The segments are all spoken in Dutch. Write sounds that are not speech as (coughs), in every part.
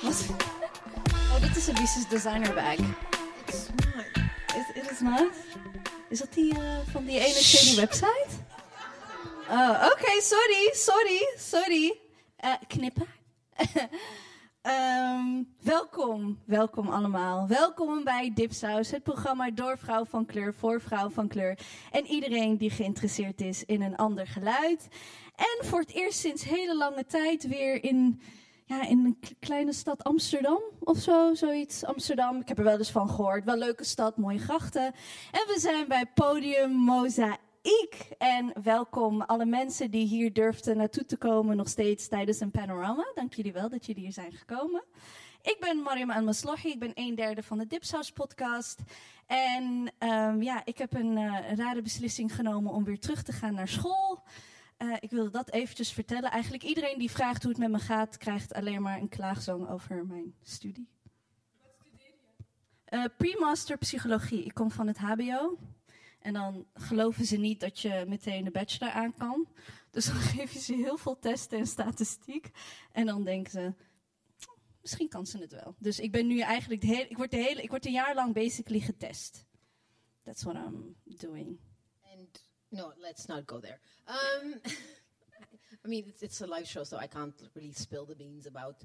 What? (laughs) Oh, dit is Elise's designer bag. It's not. Is, it is not? Is dat die eh, van die ene shady website? Oh, oké, sorry, sorry, sorry. Eh, knippen. Ehm, welkom, welkom allemaal. Welkom bij Dipsaus, het programma door vrouw van kleur voor vrouw van kleur. En iedereen die geïnteresseerd is in een ander geluid. En voor het eerst sinds hele lange tijd weer in, ja, in een k- kleine stad Amsterdam of zo, zoiets. Amsterdam, ik heb er wel eens van gehoord. Wel leuke stad, mooie grachten. En we zijn bij podium Mozaïek. En welkom alle mensen die hier durfden naartoe te komen nog steeds tijdens een panorama. Dank jullie wel dat jullie hier zijn gekomen. Ik ben Mariam Al-Maslahi, ik ben een derde van de Dipsaus podcast. En ehm, ja, ik heb een eh, rare beslissing genomen om weer terug te gaan naar school. Eh, ik wilde dat eventjes vertellen. Eigenlijk iedereen die vraagt hoe het met me gaat, krijgt alleen maar een klaagzang over mijn studie. Eh, Pre-master psychologie. Ik kom van het HBO. En dan geloven ze niet dat je meteen de bachelor aan kan. Dus dan (laughs) geef je ze heel veel testen en statistiek. En dan denken ze, misschien kan ze het wel. Dus ik ben nu eigenlijk, de hele, ik, word de hele, ik word een jaar lang basically getest. That's what I'm doing. And no, let's not go there. Um, (laughs) I mean, it's, it's a live show, so I can't really spill the beans about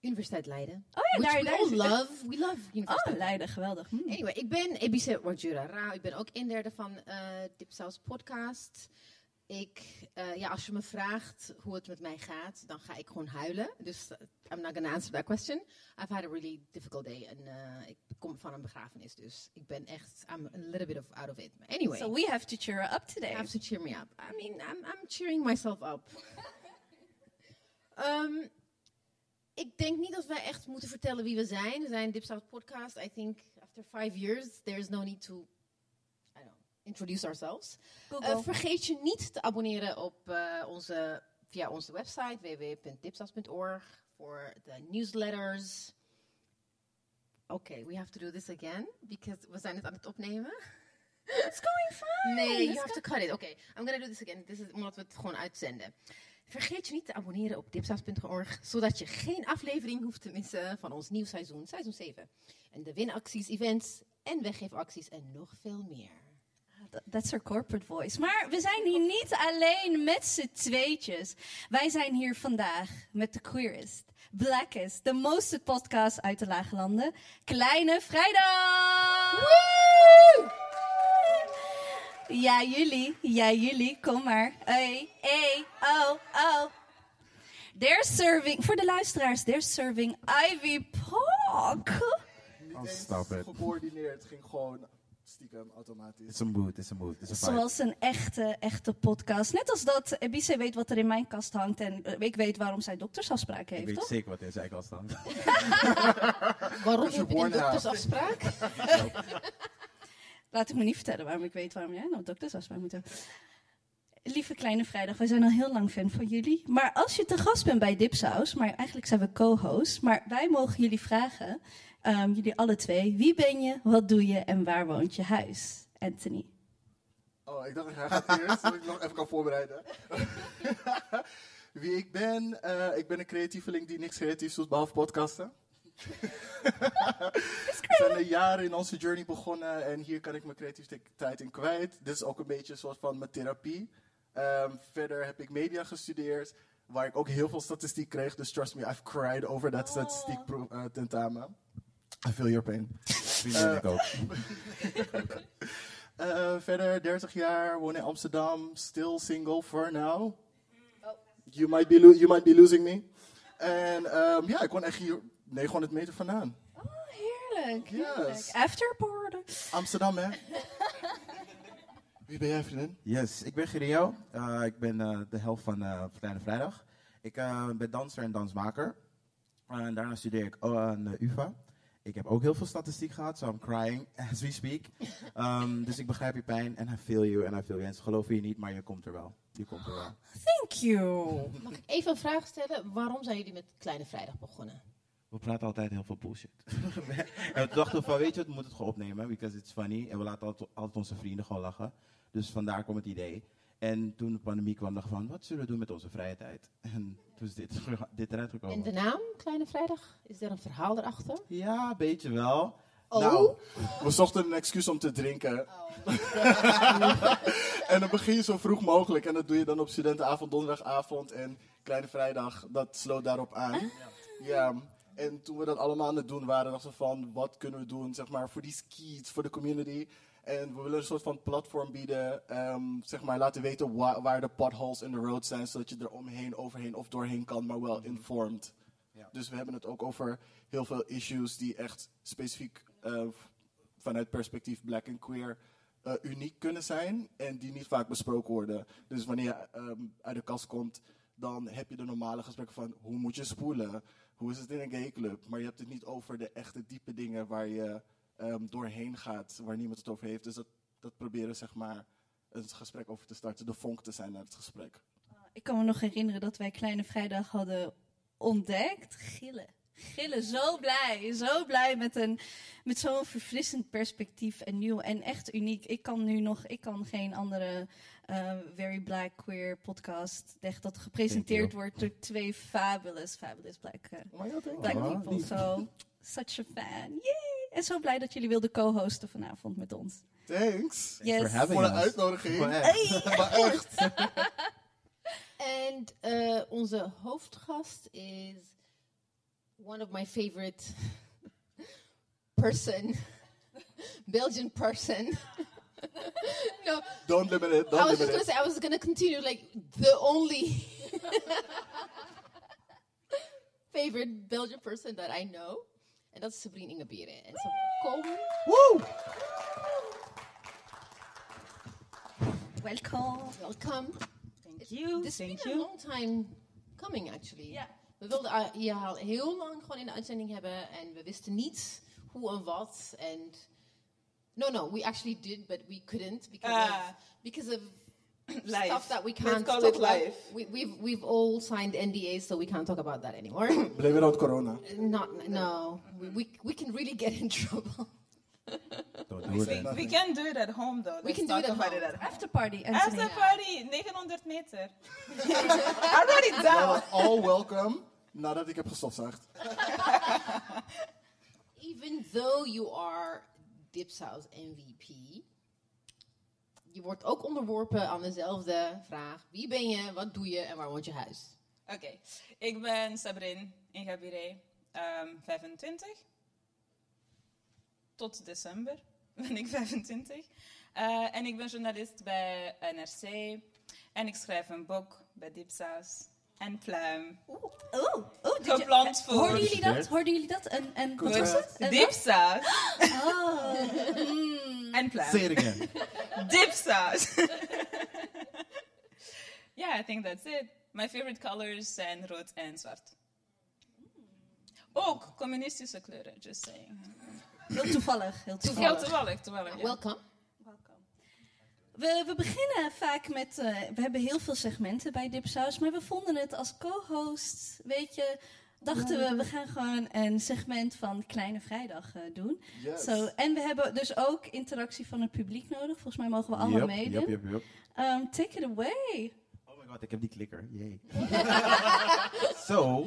Universiteit Leiden. Oh ja, which daar, we daar all is- love. We love Universiteit Oh, Leiden, geweldig. Hm. Anyway, ik ben Ebice Wardjura Rao. Ik ben ook een derde van eh Dipsaus Podcast. Ik, eh, ja, als je me vraagt hoe het met mij gaat, dan ga ik gewoon huilen. Dus eh, I'm not gonna answer that question. I've had a really difficult day. En eh, ik kom van een begrafenis, dus ik ben echt, I'm a little bit of out of it. Maar Anyway, So we have to cheer her up today. you have to cheer me up. I mean, I'm, I'm cheering myself up. Ehm, ik denk niet dat wij echt moeten vertellen wie we zijn. We zijn Dip South Podcast. I think after five years, there is no need to I don't know, introduce ourselves. Google. Eh, vergeet je niet te abonneren op eh, onze, via onze website www.dipsas.org voor de newsletters. Oké, we have to do this again because we zijn het aan het opnemen. It's going fine. Nee, you It's have to cut it. Oké, I'm gonna do this again. Dit is omdat we het gewoon uitzenden. Vergeet je niet te abonneren op dipsaus.org, zodat je geen aflevering hoeft te missen van ons nieuw seizoen, seizoen 7. En de winacties, events en weggeefacties en nog veel meer. Th- That's her corporate voice. Maar we zijn hier niet alleen met z'n tweetjes. Wij zijn hier vandaag met de queerest, blackest, de most podcast uit de Lage Landen. Kleine Vrijdag! Ja, jullie. Ja, jullie. Kom maar. Hey, hey, oh, oh. They're serving, voor de luisteraars, they're serving Ivy Park. Niet Oh, eens stop it. gecoördineerd. Het ging gewoon stiekem automatisch. It's a mood, it's a mood, it's a vibe. Zoals een echte, echte podcast. Net als dat Ebise weet wat er in mijn kast hangt en eh, ik weet waarom zij doktersafspraken ik heeft, weet toch? zeker wat in zijn eigen (laughs) stand. Waarom Dat heb is je een een worn-out. doktersafspraak? Laat ik me niet vertellen waarom ik weet waarom jij nou doktersafspraak moet hebben. Lieve Kleine Vrijdag, wij zijn al heel lang fan van jullie. Maar als je te gast bent bij Dipsaus, maar eigenlijk zijn we co-hosts, maar wij mogen jullie vragen, ehm, jullie alle twee, wie ben je, wat doe je en waar woont je huis? Anthony. Oh, ik dacht, hij gaat eerst, zodat ik nog even kan voorbereiden. Wie ik ben? eh, ik ben een creatieveling die niks creatiefs doet, behalve podcasten. We zijn een jaar in onze journey begonnen en hier kan ik mijn creativiteit in kwijt. Dit is ook een beetje een soort van mijn therapie. Ehm, verder heb ik media gestudeerd, waar ik ook heel veel statistiek kreeg. Dus trust me, I've cried over dat statistiek pro- eh, tentamen. I feel your pain. Vrienden ik ook. Eh, verder, 30 jaar, woon in Amsterdam, still single for now. You, might be lo- you might be losing me. En ehm, ja, ik woon echt hier 900 meter vandaan. Oh, heerlijk. heerlijk. Yes. Afterparty. Amsterdam, hè? Wie ben jij, vriendin? Yes, ik ben Girio. Eh, ik ben eh, de helft van eh, Kleine Vrijdag. Ik eh, ben danser en dansmaker. Eh, en daarna studeer ik oh, aan de UvA. Ik heb ook heel veel statistiek gehad, so I'm crying (laughs) as we speak. Ehm, dus ik begrijp je pijn en I feel you en I feel you. En ze geloven je niet, maar je komt er wel. Je komt er wel. Thank you. Mag ik even een vraag stellen? Waarom zijn jullie met Kleine Vrijdag begonnen? we praten altijd heel veel bullshit. (laughs) en we dachten van, weet je, we moeten het gewoon opnemen, because it's funny. En we laten altijd, altijd onze vrienden gewoon lachen. Dus vandaar kwam het idee. En toen de pandemie kwam, dacht ik van, wat zullen we doen met onze vrije tijd? (laughs) En toen is dit, (laughs) dit eruit En gekomen. de naam, Kleine Vrijdag, is er een verhaal erachter? Ja, een beetje wel. Oh. Nou, We zochten een excuus om te drinken. en dan begin je zo vroeg mogelijk. En dat doe je dan op studentenavond, donderdagavond en kleine vrijdag. Dat sloot daarop aan. Ja. En toen we dat allemaal aan het doen waren, dachten we van wat kunnen we doen zeg maar, voor die skis, voor de community. En we willen een soort van platform bieden, ehm, zeg maar laten weten wa- waar de potholes in de road zijn, zodat je er omheen, overheen of doorheen kan, maar wel informed. Ja. Dus we hebben het ook over heel veel issues die echt specifiek eh, vanuit perspectief black en queer eh, uniek kunnen zijn en die niet vaak besproken worden. Dus wanneer je ehm, uit de kast komt, dan heb je de normale gesprekken van hoe moet je spoelen, hoe is het in een gay club, maar je hebt het niet over de echte diepe dingen waar je ehm, doorheen gaat, waar niemand het over heeft. Dus dat, dat proberen zeg maar het gesprek over te starten, de vonk te zijn naar het gesprek. Ik kan me nog herinneren dat wij Kleine Vrijdag hadden ontdekt. Gillen. Gillen, zo blij. Zo blij met, een- met zo'n verfrissend perspectief en nieuw en echt uniek. Ik kan nu nog, ik kan geen andere eh, Very Black Queer podcast, echt dat gepresenteerd Thank wordt door twee fabulous, fabulous black, eh, black Oh, people. lief. So, such a fan. Yay! En zo blij dat jullie wilden co-hosten vanavond met ons. Thanks Yes. for having voor de us. uitnodiging. Gewoon echt. Maar echt. (laughs) En eh, onze hoofdgast is one of my favorite person, Belgian person. (laughs) no, Don't limit it, I don't was limit just gonna it. say I was gonna continue like the only (laughs) favorite Belgian person that I know, en dat is Sabrine Ingebieren. En ze komen. Woe! Welkom. Welcome. Thank you. This has been a long time coming, actually. Ja. We wilden eh, je al heel lang gewoon in de uitzending hebben en we wisten niet hoe en wat. En no, no, we actually did, but we couldn't because Ah. of, because (clears throat) of Life. stuff that we Let's can't call talk it about. life. We, we've we've all signed NDAs, so we can't talk about that anymore. (coughs) Blame it on corona. Not no, we, we we can really get in (laughs) trouble. Don't do We, it. we can do it at home though. We Let's can do talk it at about home. it at home. After party, Anthony. After party, 900 meter. (laughs) I wrote it down. All welcome nadat ik heb gestofzuigd. Even though you are Dipsaus MVP, je wordt ook onderworpen aan dezelfde vraag. Wie ben je, wat doe je en waar woont je huis? Oké, ik ben Sabrin Ingabire, ehm 25. Tot december ben ik 25. Eh, en ik ben journalist bij NRC. En ik schrijf een boek bij Dipsaus en Pluim. Oh, oh, did Gepland je, hoorden voor jullie dat? Hoorden jullie dat? En, en wat was het? En- Dipsaus Oh. en Pluim. Say it again. dip (laughs) sauce. yeah, I think that's it. My favorite colors zijn rood en zwart. Ook communistische kleuren, just (laughs) saying. Heel toevallig, heel Heel toevallig. toevallig, toevallig. ja. Welkom. We, we beginnen vaak met, eh, we hebben heel veel segmenten bij Dipsaus, maar we vonden het als co-host, weet je, dachten we, we gaan gewoon een segment van Kleine Vrijdag eh, doen. Yes. Zo, en we hebben dus ook interactie van het publiek nodig, volgens mij mogen we allemaal Yup, meedoen. yup, yup, yup. Ehm, take it away. Oh my god, ik heb die klikker. Yay. (laughs) so,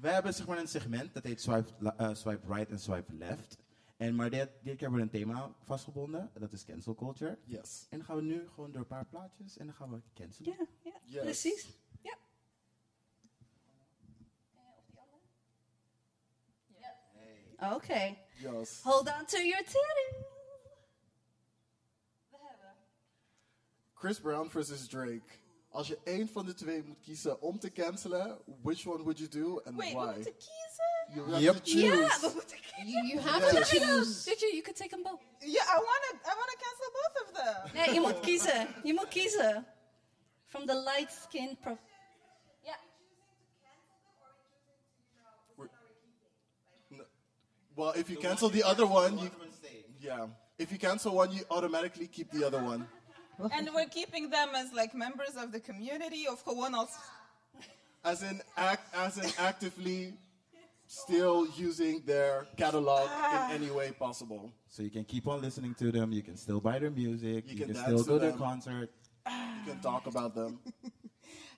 we hebben zeg maar een segment dat heet swipe, la- eh, swipe right en swipe left. En maar dit, dit keer hebben we een thema vastgebonden. Dat is cancel culture. Yes. En dan gaan we nu gewoon door een paar plaatjes en dan gaan we cancelen. Ja, ja, Yes. precies. Ja. Oké. Yes. Hold on to your titty. Chris Brown versus Drake. Als je één van de twee moet kiezen om te cancelen, which one would you do and Wait, we why? moeten kiezen? You have Yep. to choose. You, (laughs) you have to choose. Did you, you could take them both. Yeah, I wanna, I wanna cancel both of them. Nee, je moet kiezen. Je moet kiezen. From the light skin prof... Well, if you cancel the other one, you, yeah. If you cancel one, you automatically keep the other one. And we're keeping them as like members of the community of gewoon als... As in, act, as in actively still using their catalog in any way possible. So you can keep on listening to them. You can still buy their music. You You, can can dance to still go to them. concert. You can talk about them.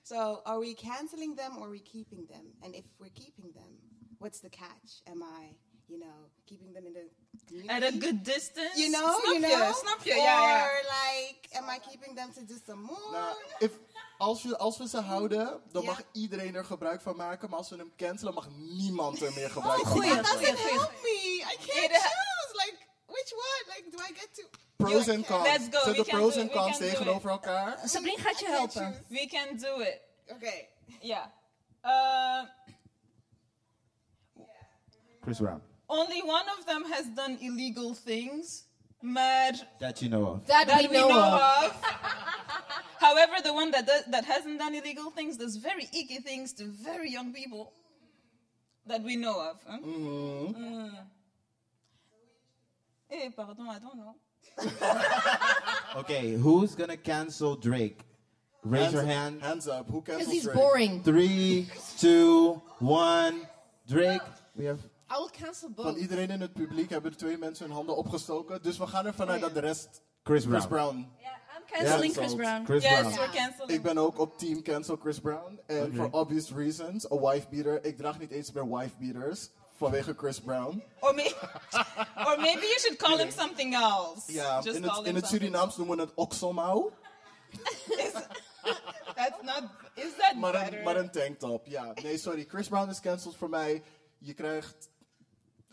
So, are we canceling them or are we keeping them? And if we're keeping them, what's the catch? Am I, you know, keeping them in the At a good distance. you know, snap you know, je, snap je? or Ja, ja. like, am I keeping them to do some more? Nou, if, als, we, als we ze houden, dan Ja. mag iedereen er gebruik van maken. Maar als we hem cancelen, mag niemand er meer Oh, gebruik van goeie. that maken. doesn't help me. I can't It ha- choose. Like, which one? Like, do I get to? Pros en cons. Let's go, Zet we de can pros do en it, we cons can do tegenover elkaar. Sabrine gaat je I can't helpen. choose. We can do it. Okay. Ja. Eh, Chris Brown. only one of them has done illegal things, maar That you know of. That, that we know of. (laughs) However, the one that does, that hasn't done illegal things does very icky things to very young people that we know of. Huh? Mm. Eh, pardon, I don't know. Okay, who's gonna cancel Drake? Raise your hand. Hands up. Who Because cancels he's Drake? boring. Three, two, one. Drake. We have. I will cancel Van both. iedereen in het publiek hebben er twee mensen hun handen opgestoken. Dus we gaan ervan Oh, uit dat de rest Chris Brown. Chris Brown. Ja, I'm canceling Chris Brown. Chris yes, Brown. we're canceling. Ik ben ook op team cancel Chris Brown. En for obvious reasons, een wife beater. Ik draag niet eens meer wife beaters vanwege Chris Brown. Or, may- (laughs) or maybe you should call him something else. Ja, Just in het, call in him het something. Surinaams noemen we het okselmouw. That's not. Is that Maar better? een, maar een tanktop, ja. Nee, sorry. Chris Brown is cancelled voor mij. Je krijgt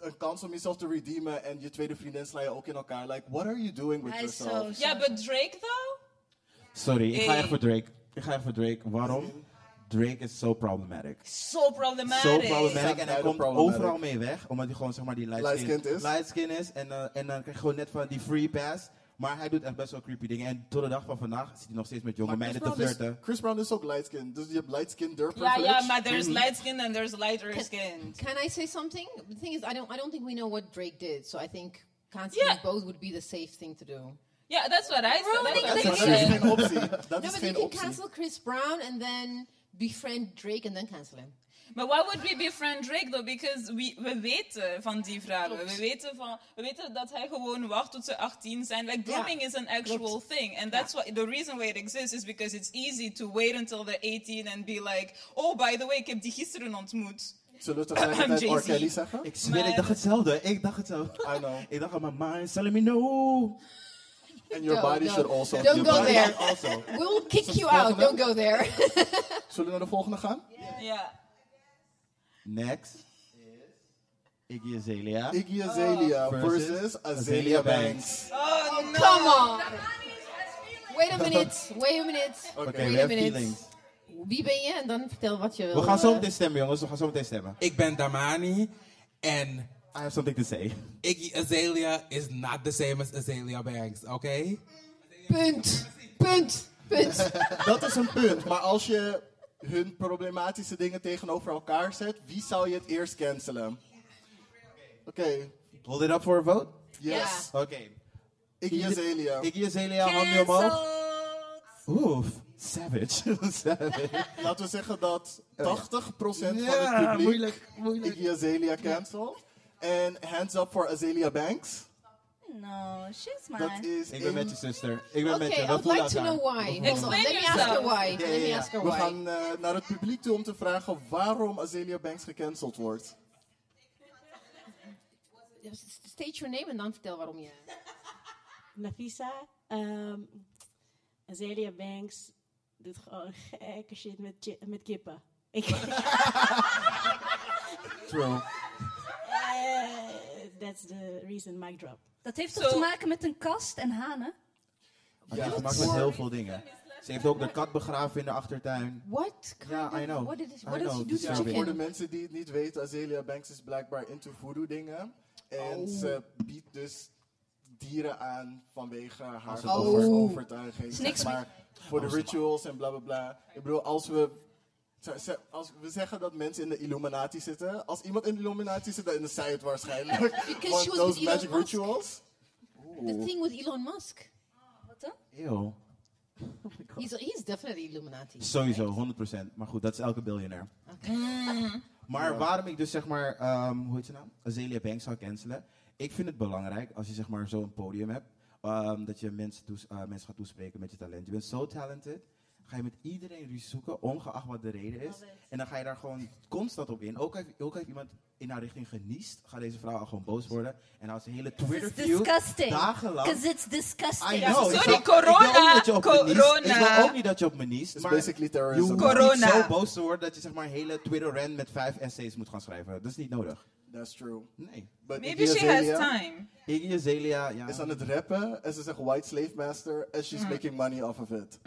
een kans om jezelf te redeemen. En je tweede vriendin sla je ook in elkaar. Like, what are you doing with Hij is yourself? zo. yeah, but Drake though. Sorry, ik ga Hey. echt voor Drake. Ik ga echt voor Drake. Waarom? Drake is zo problematic. So problematic. Zo problematic en hij Beide komt problematic. overal mee weg, omdat hij gewoon zeg maar die light, Light skin, skinned is. Light skin is en, eh, en dan krijg je gewoon net van die free pass. Maar hij doet echt best wel creepy dingen. En tot de dag van vandaag zit hij nog steeds met jonge Maar meiden te Chris Brown is- flirten. Chris Brown is ook light skin. Dus je hebt light skin durf Yeah, yeah, privilege. but there's light skin and there's lighter skin. Can I say something? The thing is, I don't, I don't think we know what Drake did, so I think canceling Yeah. both would be the safe thing to do. Yeah, that's what I said. That's Ruining what I the Maar said. dat is geen optie. Dat No, is but you geen can optie. cancel Chris Brown and then befriend Drake and then cancel him. Maar why would we befriend Drake though? Because we, we weten van die vrouwen. We weten, van, we weten dat hij gewoon wacht tot ze 18 zijn. Like, grooming is an actual thing. And that's why the reason why it exists is because it's easy to wait until they're 18 and be like, oh, by the way, ik heb die gisteren ontmoet. Zullen we tegelijkertijd Jay-Z. R. Kelly zeggen? Ik zweer, ik Maar- dacht hetzelfde. Ik dacht hetzelfde. I know. (laughs) Ik dacht aan mijn mind, telling me no. And Don't, your body don't. should also. Don't Your go body there. should Also. We'll kick you volgende? out. Don't go there. Zullen we naar de volgende gaan? Ja. Next is Iggy Azalea. Iggy Azalea Ah. Versus versus Azalea Azalea Banks. Banks. Oh, no. Come on. Wait a minute. Wait a minute. Oké, we Wait a hebben minute. feelings. Wie ben je? En dan vertel wat je wil. We gaan zo eh, meteen stemmen, jongens. We gaan zo meteen stemmen. Ik ben Damani and I have something to say. Iggy Azalea is not the same as Azalea Banks, okay? Punt. Punt. (laughs) Punt. Dat is een punt. Maar als je hun problematische dingen tegenover elkaar zet, wie zou je het eerst cancelen? Oké, (laughs) Hold it up for a vote. yes. Oké. Iggy Azalea. Iggy Azalea, handen omhoog. Cancelled. Oeh, savage. (laughs) savage. Laten we zeggen dat 80% van het Ja, publiek moeilijk, moeilijk. Iggy Azalea cancelt. En hands up for Azalea Banks. No, she's mine. Dat is Ik ben een- met je zuster. Ik ben met je. Okay, I We would voelen like to elkaar. know why. We Hold voelen on. Let Explain me ask her yourself. why. Ja, Let ja, me ja. ask her We why. gaan eh, naar het publiek toe om te vragen waarom Azalea Banks gecanceld wordt. State your name en dan vertel waarom je. Nafisa, ehm, Azalea Banks doet gewoon gekke shit met, chi- met kippen. (laughs) Ik, True. Eh, that's the reason mic drop. Dat heeft Zo. toch te maken met een kast en hanen? Het heeft gemaakt met heel veel dingen. Ze heeft ook de kat begraven in de achtertuin. What kind Ja, of, I know. What did, it, I what did know, she do this to is Ja, voor de chicken? mensen die het niet weten, Azalea Banks is blijkbaar into voodoo dingen. En Oh. ze biedt dus dieren aan vanwege haar een over- offer. overtuiging. Is zeg niks maar voor de rituals en bla bla bla. Ik bedoel, als we, ze- ze- als we zeggen dat mensen in de Illuminati zitten. Als iemand in de Illuminati zit, dan is zij het waarschijnlijk. (laughs) Because Want she was those with Elon magic Musk. rituals. The thing with Elon Musk. Wat dan? Eeuw. He's, he's definitely Illuminati. Sowieso, 100%. Maar goed, dat is elke biljonair. (laughs) Maar waarom ik dus zeg maar, ehm, hoe heet je naam? Azealia Banks zou cancelen. Ik vind het belangrijk als je zeg maar zo'n podium hebt, ehm, dat je mensen, toes- eh, mensen gaat toespreken met je talent. Je bent zo talented, ga je met iedereen ruzie zoeken, ongeacht wat de reden is. En dan ga je daar gewoon constant op in. Ook heeft, ook heeft iemand in haar richting geniest, gaat deze vrouw al gewoon boos worden. En als een hele Twitter It's view disgusting. dagenlang. Because it's I disgusting. Ja, know, ik sorry, wil- ik wil ook corona, niet dat je op me niest. corona. Ik wil ook niet dat je op me niest. is maar- basically je terrorism. hoeft Corona. niet zo boos te worden dat je zeg maar een hele Twitter rant met vijf essays moet gaan schrijven. Dat is niet nodig. That's true. Nee. But Maybe Iggy she has Azalea time. Iggy Azalea, ja. is aan het rappen en ze zegt white slave master en Mm. she's making money off of it.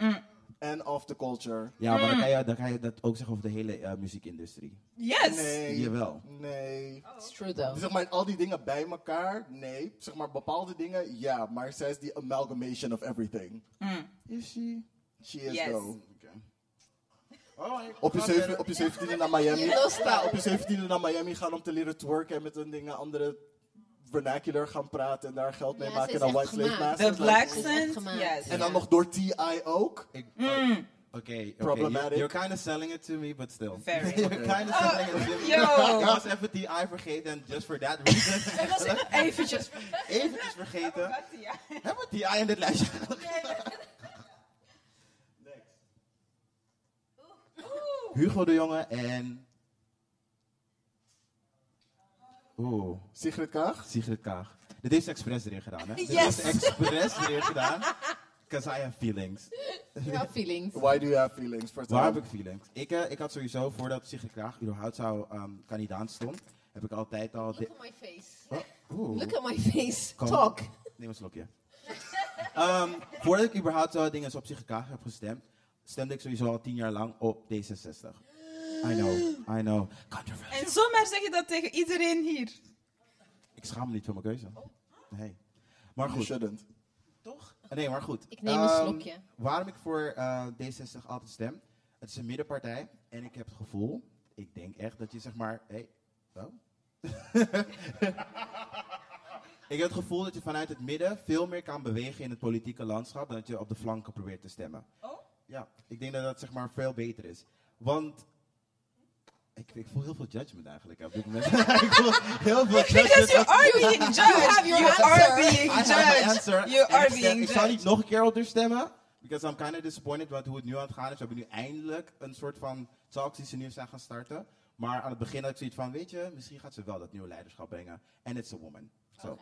And off the culture. Ja, maar dan Mm. kan, je, dan kan je dat ook zeggen over de hele eh, muziekindustrie. Yes. Nee. Jawel. Nee. It's true (laughs) though. Zeg maar al die dingen bij elkaar, nee. Zeg maar bepaalde dingen, ja. Maar zij is die amalgamation of everything. Mm. Is she? She is Yes. though. Oh, Op je, zeven, op je 17e naar (laughs) Miami. Heel snel. Ja, op je 17e naar Miami gaan om te leren twerken en met een dingen andere vernacular gaan praten en daar geld mee Ja, ze maken is dan echt white slave gemaakt. The masters. black Ze is echt scent. gemaakt. Yes. En dan nog door T.I. ook. oh, Mm. Oké, oké. Problematic. You're, you're kind of selling it to me, but still. Very. (laughs) Oh, you're kind of selling it to me. yo. Ik was even die (laughs) I vergeten en just for that (laughs) reason. (laughs) Eventjes. Eventjes vergeten. (laughs) Hebben we die I in dit lijstje gehad? Hugo de Jonge en... Oeh, Sigrid Kaag. Oh, Sigrid Kaag. Dit heeft ze expres erin gedaan, hè? Dit Yes. heeft ze expres erin gedaan. Because I have feelings. Ja, feelings. Why do you have feelings? Vertel. Waar heb ik feelings? Ik, eh, ik had sowieso, voordat Sigrid Kaag überhaupt zou ehm kandidaat stond, heb ik altijd al... Look de- at my face. Oh, oeh. Look at my face. Kom. Talk. Neem een slokje. Ehm, voordat ik überhaupt zo dingen op zich graag heb gestemd, stemde ik sowieso al tien jaar lang op D66. I know, I know. Controversial. En zomaar zeg je dat tegen iedereen hier. Ik schaam me niet voor mijn keuze. Nee. Maar You goed. shouldn't. Toch? Nee, maar goed. Ik neem een Ehm, slokje. Waarom ik voor eh, D66 altijd stem? Het is een middenpartij en ik heb het gevoel, ik denk echt dat je zeg maar, hey, oh. (laughs) ik heb het gevoel dat je vanuit het midden veel meer kan bewegen in het politieke landschap dan dat je op de flanken probeert te stemmen. Oh? Ja, ik denk dat dat zeg maar veel beter is. Want ik, ik voel heel veel judgment eigenlijk op dit moment. (laughs) ik voel heel veel Because judgment. you are being judged. You, are being I have my judged. answer. You En are ik, stem- being ik zou niet judged. nog een keer op haar stemmen. Because I'm kind of disappointed wat hoe het nu aan het gaan is. We hebben nu eindelijk een soort van talks die ze nu zijn gaan starten. Maar aan het begin had ik zoiets van, weet je, misschien gaat ze wel dat nieuwe leiderschap brengen. En it's a woman. So,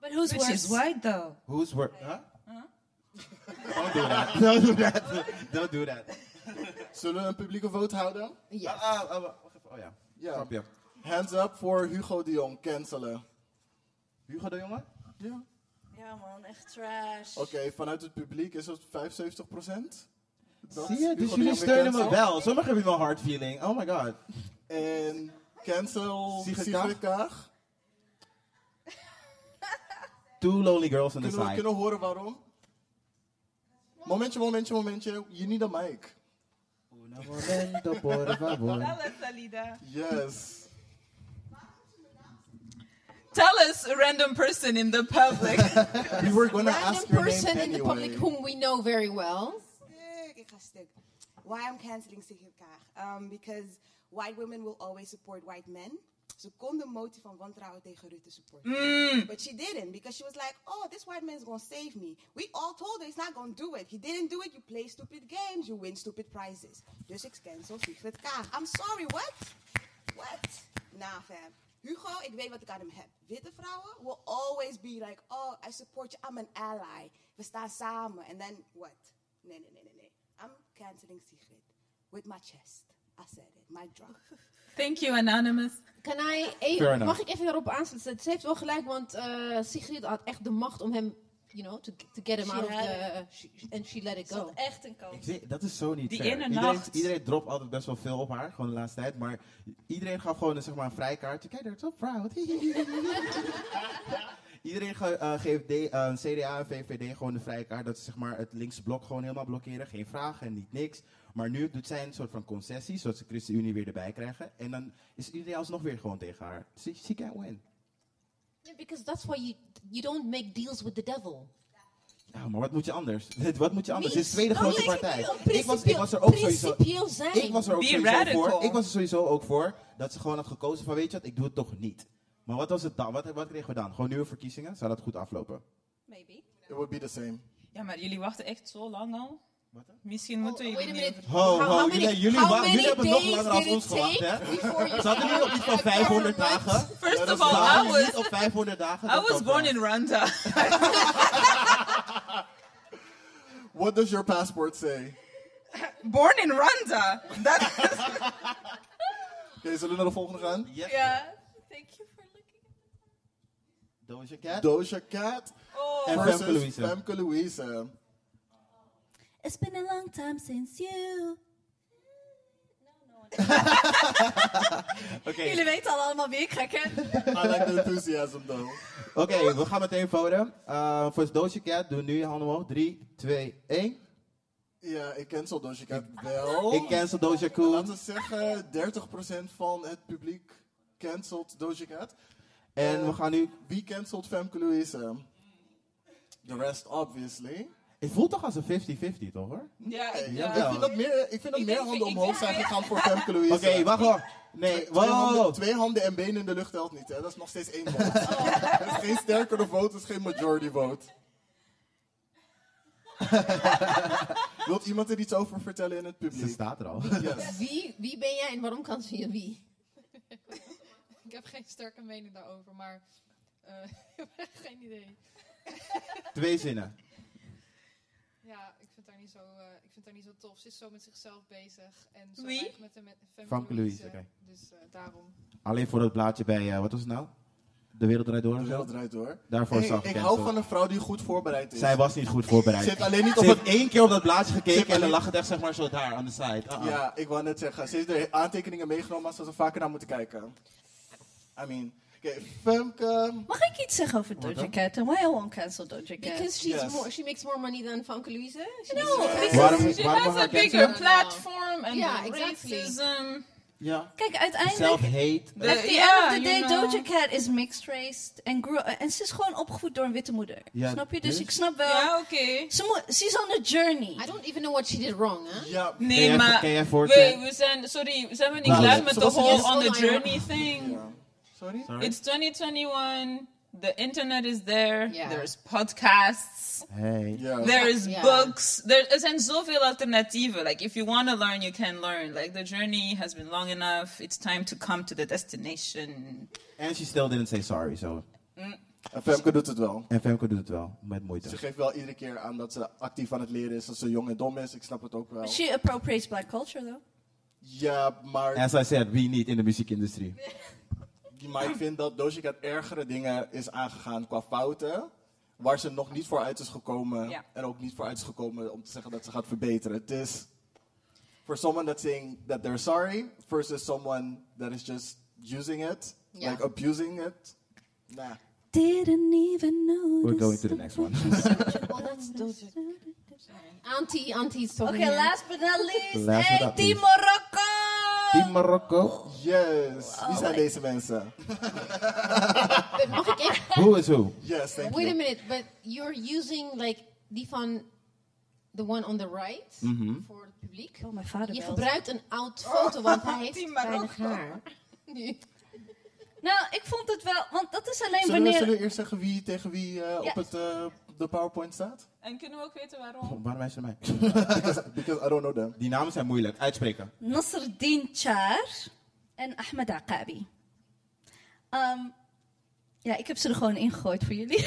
But who's Which worse? is white though. who's work? Huh? Don't do (laughs) that. Don't do that. (laughs) Don't do that. Zullen we een publieke vote houden? Ja. Ah, ah, wacht even. Oh ja. Ja. Grapje. Hands up voor Hugo de Jong. Cancelen. Hugo de Jonge? Ja. Ja man, echt trash. Oh. Oké, vanuit het publiek is dat 75%. Dat Zie je? Hugo de Dus Jong jullie weer steunen me cancelt. wel. Sommigen hebben wel hard feeling. Oh my god. En cancel Sigrid Sigrid Kaag. Two lonely girls on the Kunnen we side. kunnen we horen waarom? Momentje, momentje, momentje. You need a mic. Un momento, por favor. Tell us, Alida. (laughs) Yes. Tell us, a random person in the public. (laughs) We were gonna Random ask your name person in the anyway. public whom we know very well. Stuk, ik ga stuk. eh, Why I'm canceling Sigrid Kaag? Um, because white women will always support white men. Ze kon de motie van wantrouwen tegen Rutte supporten. But she didn't, because she was like, oh, this white man is going to save me. We all told her he's not going to do it. He didn't do it. You play stupid games. You win stupid prizes. Dus ik cancel Sigrid Kaag. I'm sorry, what? What? Nah, fam. Hugo, ik weet wat ik aan hem heb. Witte vrouwen will always be like, oh, I support you. I'm an ally. We staan samen. And then what? Nee, nee, nee, nee, nee. I'm canceling Sigrid. With my chest. I said it. My drop. Thank you, Anonymous. Kan hij Fair even, enough. eh, mag ik even daarop aansluiten? Ze heeft wel gelijk, want eh, Sigrid had echt de macht om hem, you know, to, to get him She out of had the... And she let it Ze had go. echt een Ik kans. zie- dat is zo niet Die fair. ene iedereen, nacht. iedereen dropt altijd best wel veel op haar, gewoon de laatste tijd. Maar iedereen gaf gewoon een, zeg maar, een vrijkaartje. Kijk, daar is zo proud. (laughs) iedereen ge- eh, geeft D, eh, CDA en VVD gewoon de vrijkaart. Dat ze zeg maar, het linkse blok gewoon helemaal blokkeren. Geen vragen en niet niks. Maar nu doet zij een soort van concessie, zodat ze ChristenUnie weer erbij krijgen. En dan is iedereen alsnog weer gewoon tegen haar. She, she can't win. Yeah, because that's why you, you don't make deals with the devil. Ja, Nou, maar wat moet je anders? (laughs) Wat moet je anders? Dit is de tweede Nou, grote nee, partij. principieel- Ik was, ik was er ook sowieso. Principieel zijn. Ik was er ook Be sowieso radical. voor. Ik was er sowieso ook voor dat ze gewoon had gekozen van weet je wat, ik doe het toch niet. Maar wat was het dan? Wat, wat kregen we dan? Gewoon nieuwe verkiezingen? Zou dat goed aflopen? Maybe. It would be the same. Ja, maar jullie wachten echt zo lang al. Wat dan? Misschien moeten Oh, wait a jullie niet minute. over- Ho, ho, How- how jullie, many- jullie, how wa- many jullie hebben nog days langer als did ons it take gewacht, hè? (laughs) before you (laughs) Ze hadden niet op iets van had a 500 government? dagen. First Dat of is all, waar. I was, Niet op 500 dagen. I was born in Rwanda. (laughs) What does your passport say? born in Rwanda. Dat is... Oké, zullen we naar de volgende gaan? Yes. Ja, thank you for looking. Doja Cat. Doja Cat Oh. En versus Femke Louise. Femke Louise. It's been a long time since you. Oké. Jullie weten al allemaal wie ik ga kennen. I like the enthusiasm though. Oké, we gaan meteen voten. Eh, voor Doja Cat doen we nu je handen omhoog. 3, 2, 1. Ja, ik cancel Doja Cat wel. Ik cancel Doja Cool. Laten we zeggen, 30% van het publiek cancelt Doja Cat. En we gaan nu... Wie cancelt Femke Louise? The rest, obviously. Het voelt toch als een 50-50, toch hoor? Ja, ik- Ja, ja. ik vind dat meer, ik vind dat Ik meer denk- handen ik- omhoog ik- zijn gegaan voor Femke Louise. Oké, wacht hoor. Nee, Twee handen, wow. twee handen en benen in de lucht telt niet, hè? Dat is nog steeds één vote. Dat is geen sterkere vote, dat is geen majority (laughs) vote. Wilt iemand er iets over vertellen in het Ze publiek? staat er al. Yes. Wie, wie ben jij en waarom kan ze je wie? Ik heb geen sterke mening daarover, maar eh, ik heb echt geen idee. (laughs) Twee zinnen. Ja, ik vind haar niet zo, eh, ik vind haar niet zo tof. Ze is zo met zichzelf bezig en zo Wie? weinig met de met Femke Famke Louise, Louise. oké. Dus eh, daarom. Alleen voor het blaadje bij, eh, wat was het nou? De wereld draait door. De of zo? wereld draait door. Daarvoor Hey, is ze ik afgecanceld. hou van een vrouw die goed voorbereid is. Zij was niet goed voorbereid. Zit alleen niet Ze op heeft het... één keer op dat blaadje Zit gekeken en dan alleen- lag het echt zeg maar zo daar, aan de side. Ah, ah. Ja, ik wou net zeggen. Ze heeft de aantekeningen meegenomen, maar ze had er vaker naar moeten kijken. I mean... Oké, Femke... Mag ik iets zeggen over Doja dan? Cat? En why I won't cancel Doja Cat? Because she's Yes. more, she makes more money than Famke Louise. She No, makes- because Waarom- she waarom has haar a bigger cancelen? platform and Ja, the exactly. racism. ja. Kijk, uiteindelijk... Self-hate. De- Eh, At the ja, end of the day, you know. Doja Cat is mixed race. En, grew- en ze is gewoon opgevoed door een witte moeder. Ja, snap je? Dus, dus? ik snap wel... Ja, oké. Ze moet- she's on a journey. I don't even know what she did wrong, hè? Ja, Ken Nee, jij- maar ken jij we, voorstellen? uh, we zijn, sorry, zijn we niet Nou, klaar ze- met ze de was whole eerst on the online. journey thing? ja. Sorry? Sorry. It's 2021. The internet is there. Ja. There's podcasts. Hey. Ja. There is Ja. books. There, er zijn zoveel alternatieven. Like if you want to learn, you can learn. Like the journey has been long enough. It's time to come to the destination. And she still didn't say sorry, so. En Femke doet het wel. En Femke doet het wel, met Ze moeite. geeft wel iedere keer aan dat ze actief aan het leren is, dat ze jong en dom is. Ik snap het ook wel. She appropriates black culture, though. Ja, maar, As I said, we niet in de muziekindustrie. maar ik vind dat Doja Cat ergere dingen is aangegaan qua fouten. Waar ze nog niet voor uit is gekomen. Ja. En ook niet voor uit is gekomen om te zeggen dat ze gaat verbeteren. Het is for someone that's saying that they're sorry versus someone that is just using it. Ja. Like abusing it. Nah. Didn't even know. We're going to the next one. Well, that's Doja. Auntie, auntie's talking Okay, here. last but not least, Last but hey, not Team least. Morocco! Team Marokko. Yes. Wie zijn my- deze mensen? (laughs) Mag ik echt- Who is who? Yes, thank Wait a you. minute, but you're using like die van the one on the right Mm-hmm. voor het publiek. Oh, mijn vader Je belt. gebruikt een oud foto, want hij (laughs) heeft (laughs) die weinig Marokko. (laughs) haar. Nu. Nou, ik vond het wel, want dat is alleen Zullen we, wanneer... zullen we eerst zeggen wie tegen wie eh, Ja. op het, eh, de PowerPoint staat? En kunnen we ook weten waarom? Waarom wijst je mij? Because I don't know them. Die namen zijn moeilijk. Uitspreken. Nasreddin Char en Ahmed Akabi. Ehm, ja, ik heb ze er gewoon ingegooid voor (laughs) jullie.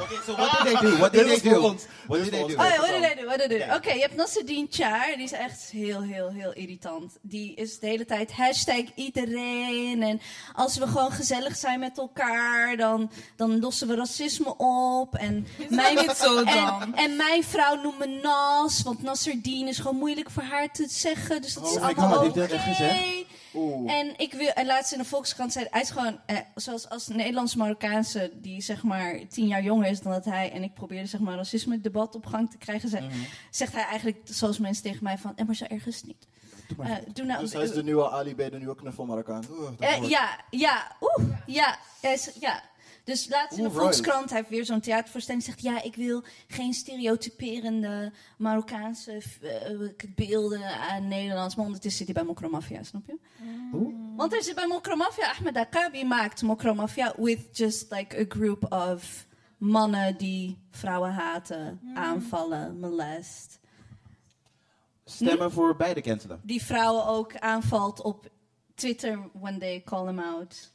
Oké, so what did they do? What did Dit is they do? voor ons. What Dit did is they voor do? Oh ons. ja, wat did I do? What did I do? Ja. Oké, je hebt Nasreddin Char. Die is echt heel, heel, heel irritant. Die is de hele tijd hashtag iedereen. En als we gewoon gezellig zijn met elkaar, dan, dan lossen we racisme op. En mijn, niet zo en, dom? en mijn vrouw noemt me Nas, want Nasreddin is gewoon moeilijk voor haar te zeggen. Dus dat is Oh my allemaal God, oké. heeft hij dat echt gezegd? En ik wil, en laatst in de Volkskrant zei hij is gewoon, eh, zoals als een Nederlands-Marokkaanse die zeg maar tien jaar jonger is dan dat hij, en ik probeerde zeg maar racisme-debat op gang te krijgen, zei, Mhm. zegt hij eigenlijk zoals mensen tegen mij van, eh, maar zo ergens niet. Doe, doe nou, Dus hij is de nieuwe Ali bij de nieuwe knuffel Marokkaan. eh, ja, ja, oeh, ja, hij is- ja. Dus laatst in de Alright. Volkskrant heeft weer zo'n theatervoorstelling zegt... ja, ik wil geen stereotyperende Marokkaanse eh, eh, beelden aan Nederlands... maar ondertussen zit hij bij Mokromafia, snap je? Want er zit bij Mokromafia... Ahmed Akabi maakt Mokromafia with just like a group of mannen... die vrouwen haten, aanvallen, molest. Stemmen voor beide cancelen. Die vrouwen ook aanvalt op Twitter when they call them out.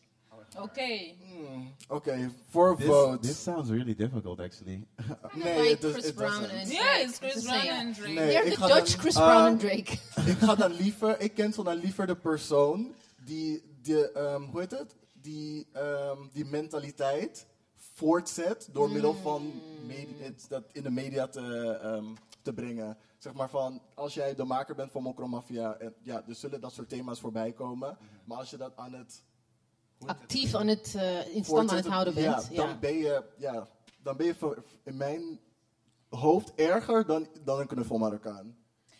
Oké. Hmm, Oké, voor vote. this sounds really difficult, actually. nee, het like is Chris het Brown doesn't. en Ja, is Chris Brown Brown en Drake. Nee, Weer ik de ga Dutch dan- Chris Ah, Brown en Um, Drake. (laughs) ik ga dan liever, ik cancel dan liever de persoon die, de, ehm, hoe heet het? Die, ehm, die mentaliteit voortzet door middel Hmm. van medi- het- dat in de media te, ehm, te brengen. Zeg maar van, als jij de maker bent van Mokromafia, en ja, er zullen dat soort thema's voorbij komen. Mhm. Maar als je dat aan het Actief aan het, eh, in stand aan het voortzetten- houden ja, bent. Dan ben je, ja, dan ben je voor- in mijn hoofd erger dan, dan een knuffel Marokkaan.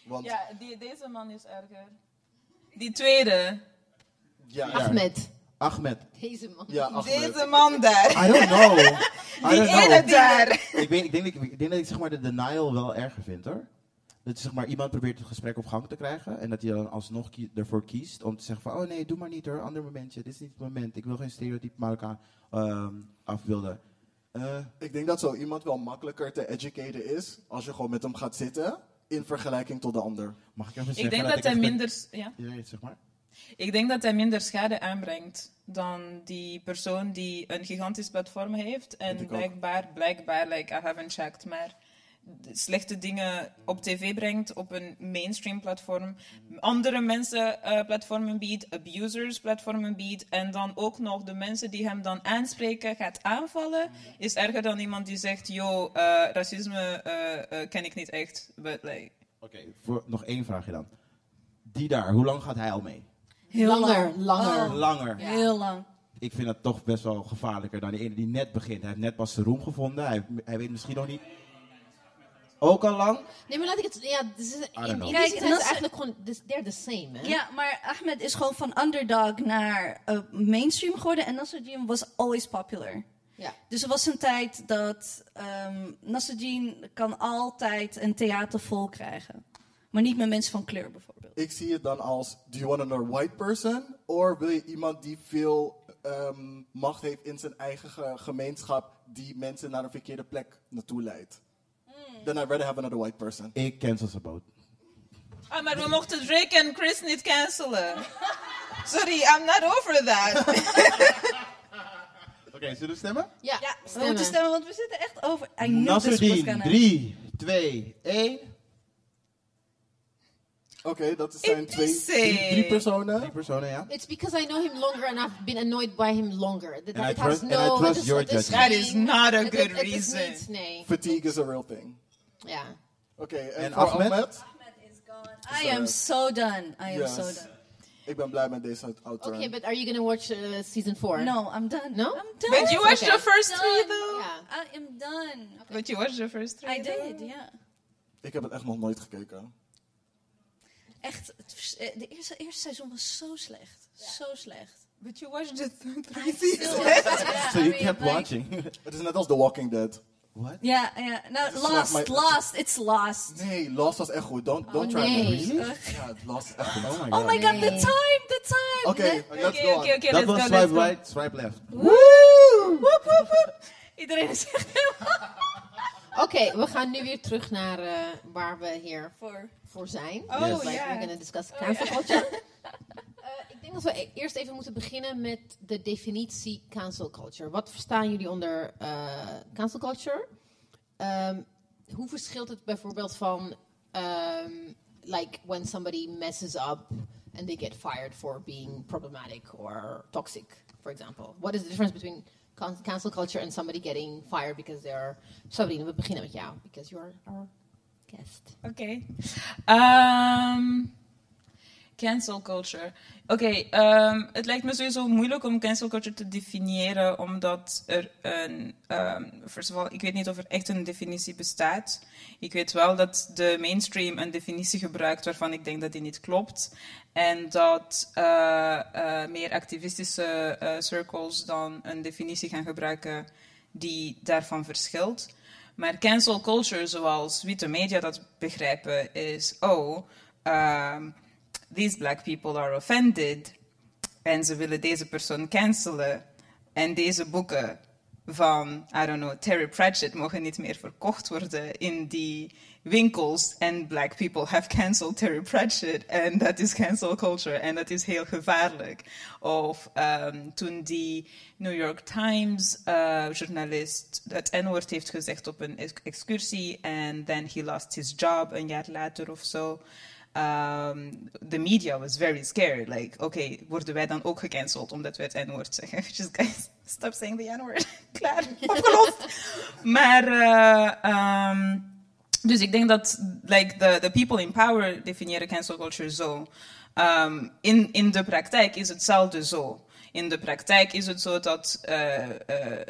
Want, ja, Ja, die, deze man is erger. Die tweede. ja, Ahmed. Ahmed. Deze man. Ja, Ahmed. Deze (laughs) man daar. I don't (laughs) know. I don't know. daar. Ik, weet, ik, denk, dat ik, ik denk dat ik zeg maar, de denial wel erger vind, hoor. Dat zeg maar, iemand probeert het gesprek op gang te krijgen en dat hij dan alsnog kie- ervoor kiest om te zeggen van, oh nee, doe maar niet hoor, ander momentje, dit is niet het moment, ik wil geen stereotype Marokkaan ehm afbeelden. Eh, Ik denk dat zo iemand wel makkelijker te educaten is als je gewoon met hem gaat zitten in vergelijking tot de ander. mag ik even zeggen Ik denk dat hij echt een- minder... s- Ja? Ja, ja, zeg maar. Ik denk dat hij minder schade aanbrengt dan die persoon die een gigantisch platform heeft. En ik ook. blijkbaar, blijkbaar, like, I haven't checked, maar de slechte dingen op tv brengt op een mainstream platform. Andere mensen eh, platformen biedt, abusers platformen biedt. En dan ook nog de mensen die hem dan aanspreken, gaat aanvallen. Is erger dan iemand die zegt, yo, eh, racisme eh, eh, ken ik niet echt. But, like, Oké, voor- nog één vraagje dan. Die daar, hoe lang gaat hij al mee? Heel Langer, lang. langer. Oh, Langer. Heel lang. Ik vind dat toch best wel gevaarlijker dan die ene die net begint. Hij heeft net pas zijn roem gevonden, hij, hij weet misschien nog niet... Ook al lang? Nee, maar laat ik het... Ja, dus in know. in die Kijk, zin en zijn dat ze is- eigenlijk gewoon... dus They're the same, hè? Ja, maar Ahmed is gewoon van underdog naar eh, mainstream geworden. En Nasruddin was always popular. Ja. Dus er was een tijd dat ehm Nasruddin kan altijd een theater vol krijgen. Maar niet met mensen van kleur bijvoorbeeld. Ik zie het dan als, do you want another white person? Of wil je iemand die veel ehm, macht heeft in zijn eigen ge- gemeenschap, die mensen naar een verkeerde plek naartoe leidt? Then I'd rather have another white person. Ik cancel zijn boot. Ah, maar we mochten Drake en Chris niet cancelen. Sorry, I'm not over (laughs) that. Oké, zullen we stemmen? Ja, We moeten stemmen, want we zitten echt over... I knew this was Nasruddin, gonna- 3, 2, 1. Oké, dat zijn twee, Idrissi. drie, drie personen. Drie personen, ja. It's because I know him longer and I've been annoyed by him longer. That, And I it has trust- and no, I het trust is- your het is judgment. That is geen- not a het- good het- het is reason. niet, nee, Fatigue is a real thing. ja. Oké, en, En voor Ahmed? Ahmed? Ahmed is gone. I am so done. I am Yes. so done. Ik ben blij met deze outturn. Oké, but are you gonna watch eh, season 4? No, I'm done. No? I'm done. But you watched Okay. the first three Done. though. Ja. I am done. But you watched the first three. I though. did, ja. Ik heb het echt nog nooit gekeken. Echt, het vers- eh, de eerste, eerste seizoen was zo slecht. Zo slecht. But you watched the th- I three still seasons. watch it, yeah. So I you mean, kept like- watching. Het is net als The Walking Dead. What? Ja, ja. Nou, is Lost, like my- Lost, it's Lost. Nee, Lost was echt goed. Don't, don't try nee. me. Really? Ja, Lost was (laughs) echt goed. Oh my Oh god. my god, the time, the time. Oké, Nee. let's Oké, go oké, on. oké, Dat let's was go, swipe let's go. right, swipe left. Woep, woep, woep. Iedereen is (laughs) echt helemaal Oké, we gaan nu weer terug naar eh, waar we hier voor. voor zijn. Oh, Dus, like, ja. We're gonna discuss cancel culture. (laughs) Eh, ik denk dat we e- eerst even moeten beginnen met de definitie cancel culture. Wat verstaan jullie onder eh, cancel culture? Ehm, hoe verschilt het bijvoorbeeld van ehm, like when somebody messes up and they get fired for being problematic or toxic, for example? What is the difference between can- cancel culture and somebody getting fired because they're Sabrina, we beginnen met jou, because you're our guest. Oké. Ehm, Cancel culture. Oké, ehm, het lijkt me sowieso moeilijk om cancel culture te definiëren, omdat er een. ehm first of all, ik weet niet of er echt een definitie bestaat. Ik weet wel dat de mainstream een definitie gebruikt waarvan ik denk dat die niet klopt. En dat eh, eh, meer activistische eh, circles dan een definitie gaan gebruiken die daarvan verschilt. Maar cancel culture, zoals witte media dat begrijpen, is: oh, ehm, these black people are offended. En ze willen deze persoon cancelen. En deze boeken van, I don't know, Terry Pratchett mogen niet meer verkocht worden in die winkels. En black people have cancelled Terry Pratchett. En dat is cancel culture. En dat is heel gevaarlijk. Of ehm, toen die New York Times eh, journalist het N-woord heeft gezegd op een ex- excursie. En then he lost his job een jaar later of zo. Um, the media was very scared. Like, oké, worden wij dan ook gecanceld omdat we het N-woord zeggen? (laughs) Just guys, stop saying the N-word. (laughs) Klaar, opgelost. maar, eh, ehm, dus ik denk dat like, the, the people in power definiëren cancel culture zo. Ehm, in, in de praktijk is hetzelfde zo. In de praktijk is het zo dat eh, eh,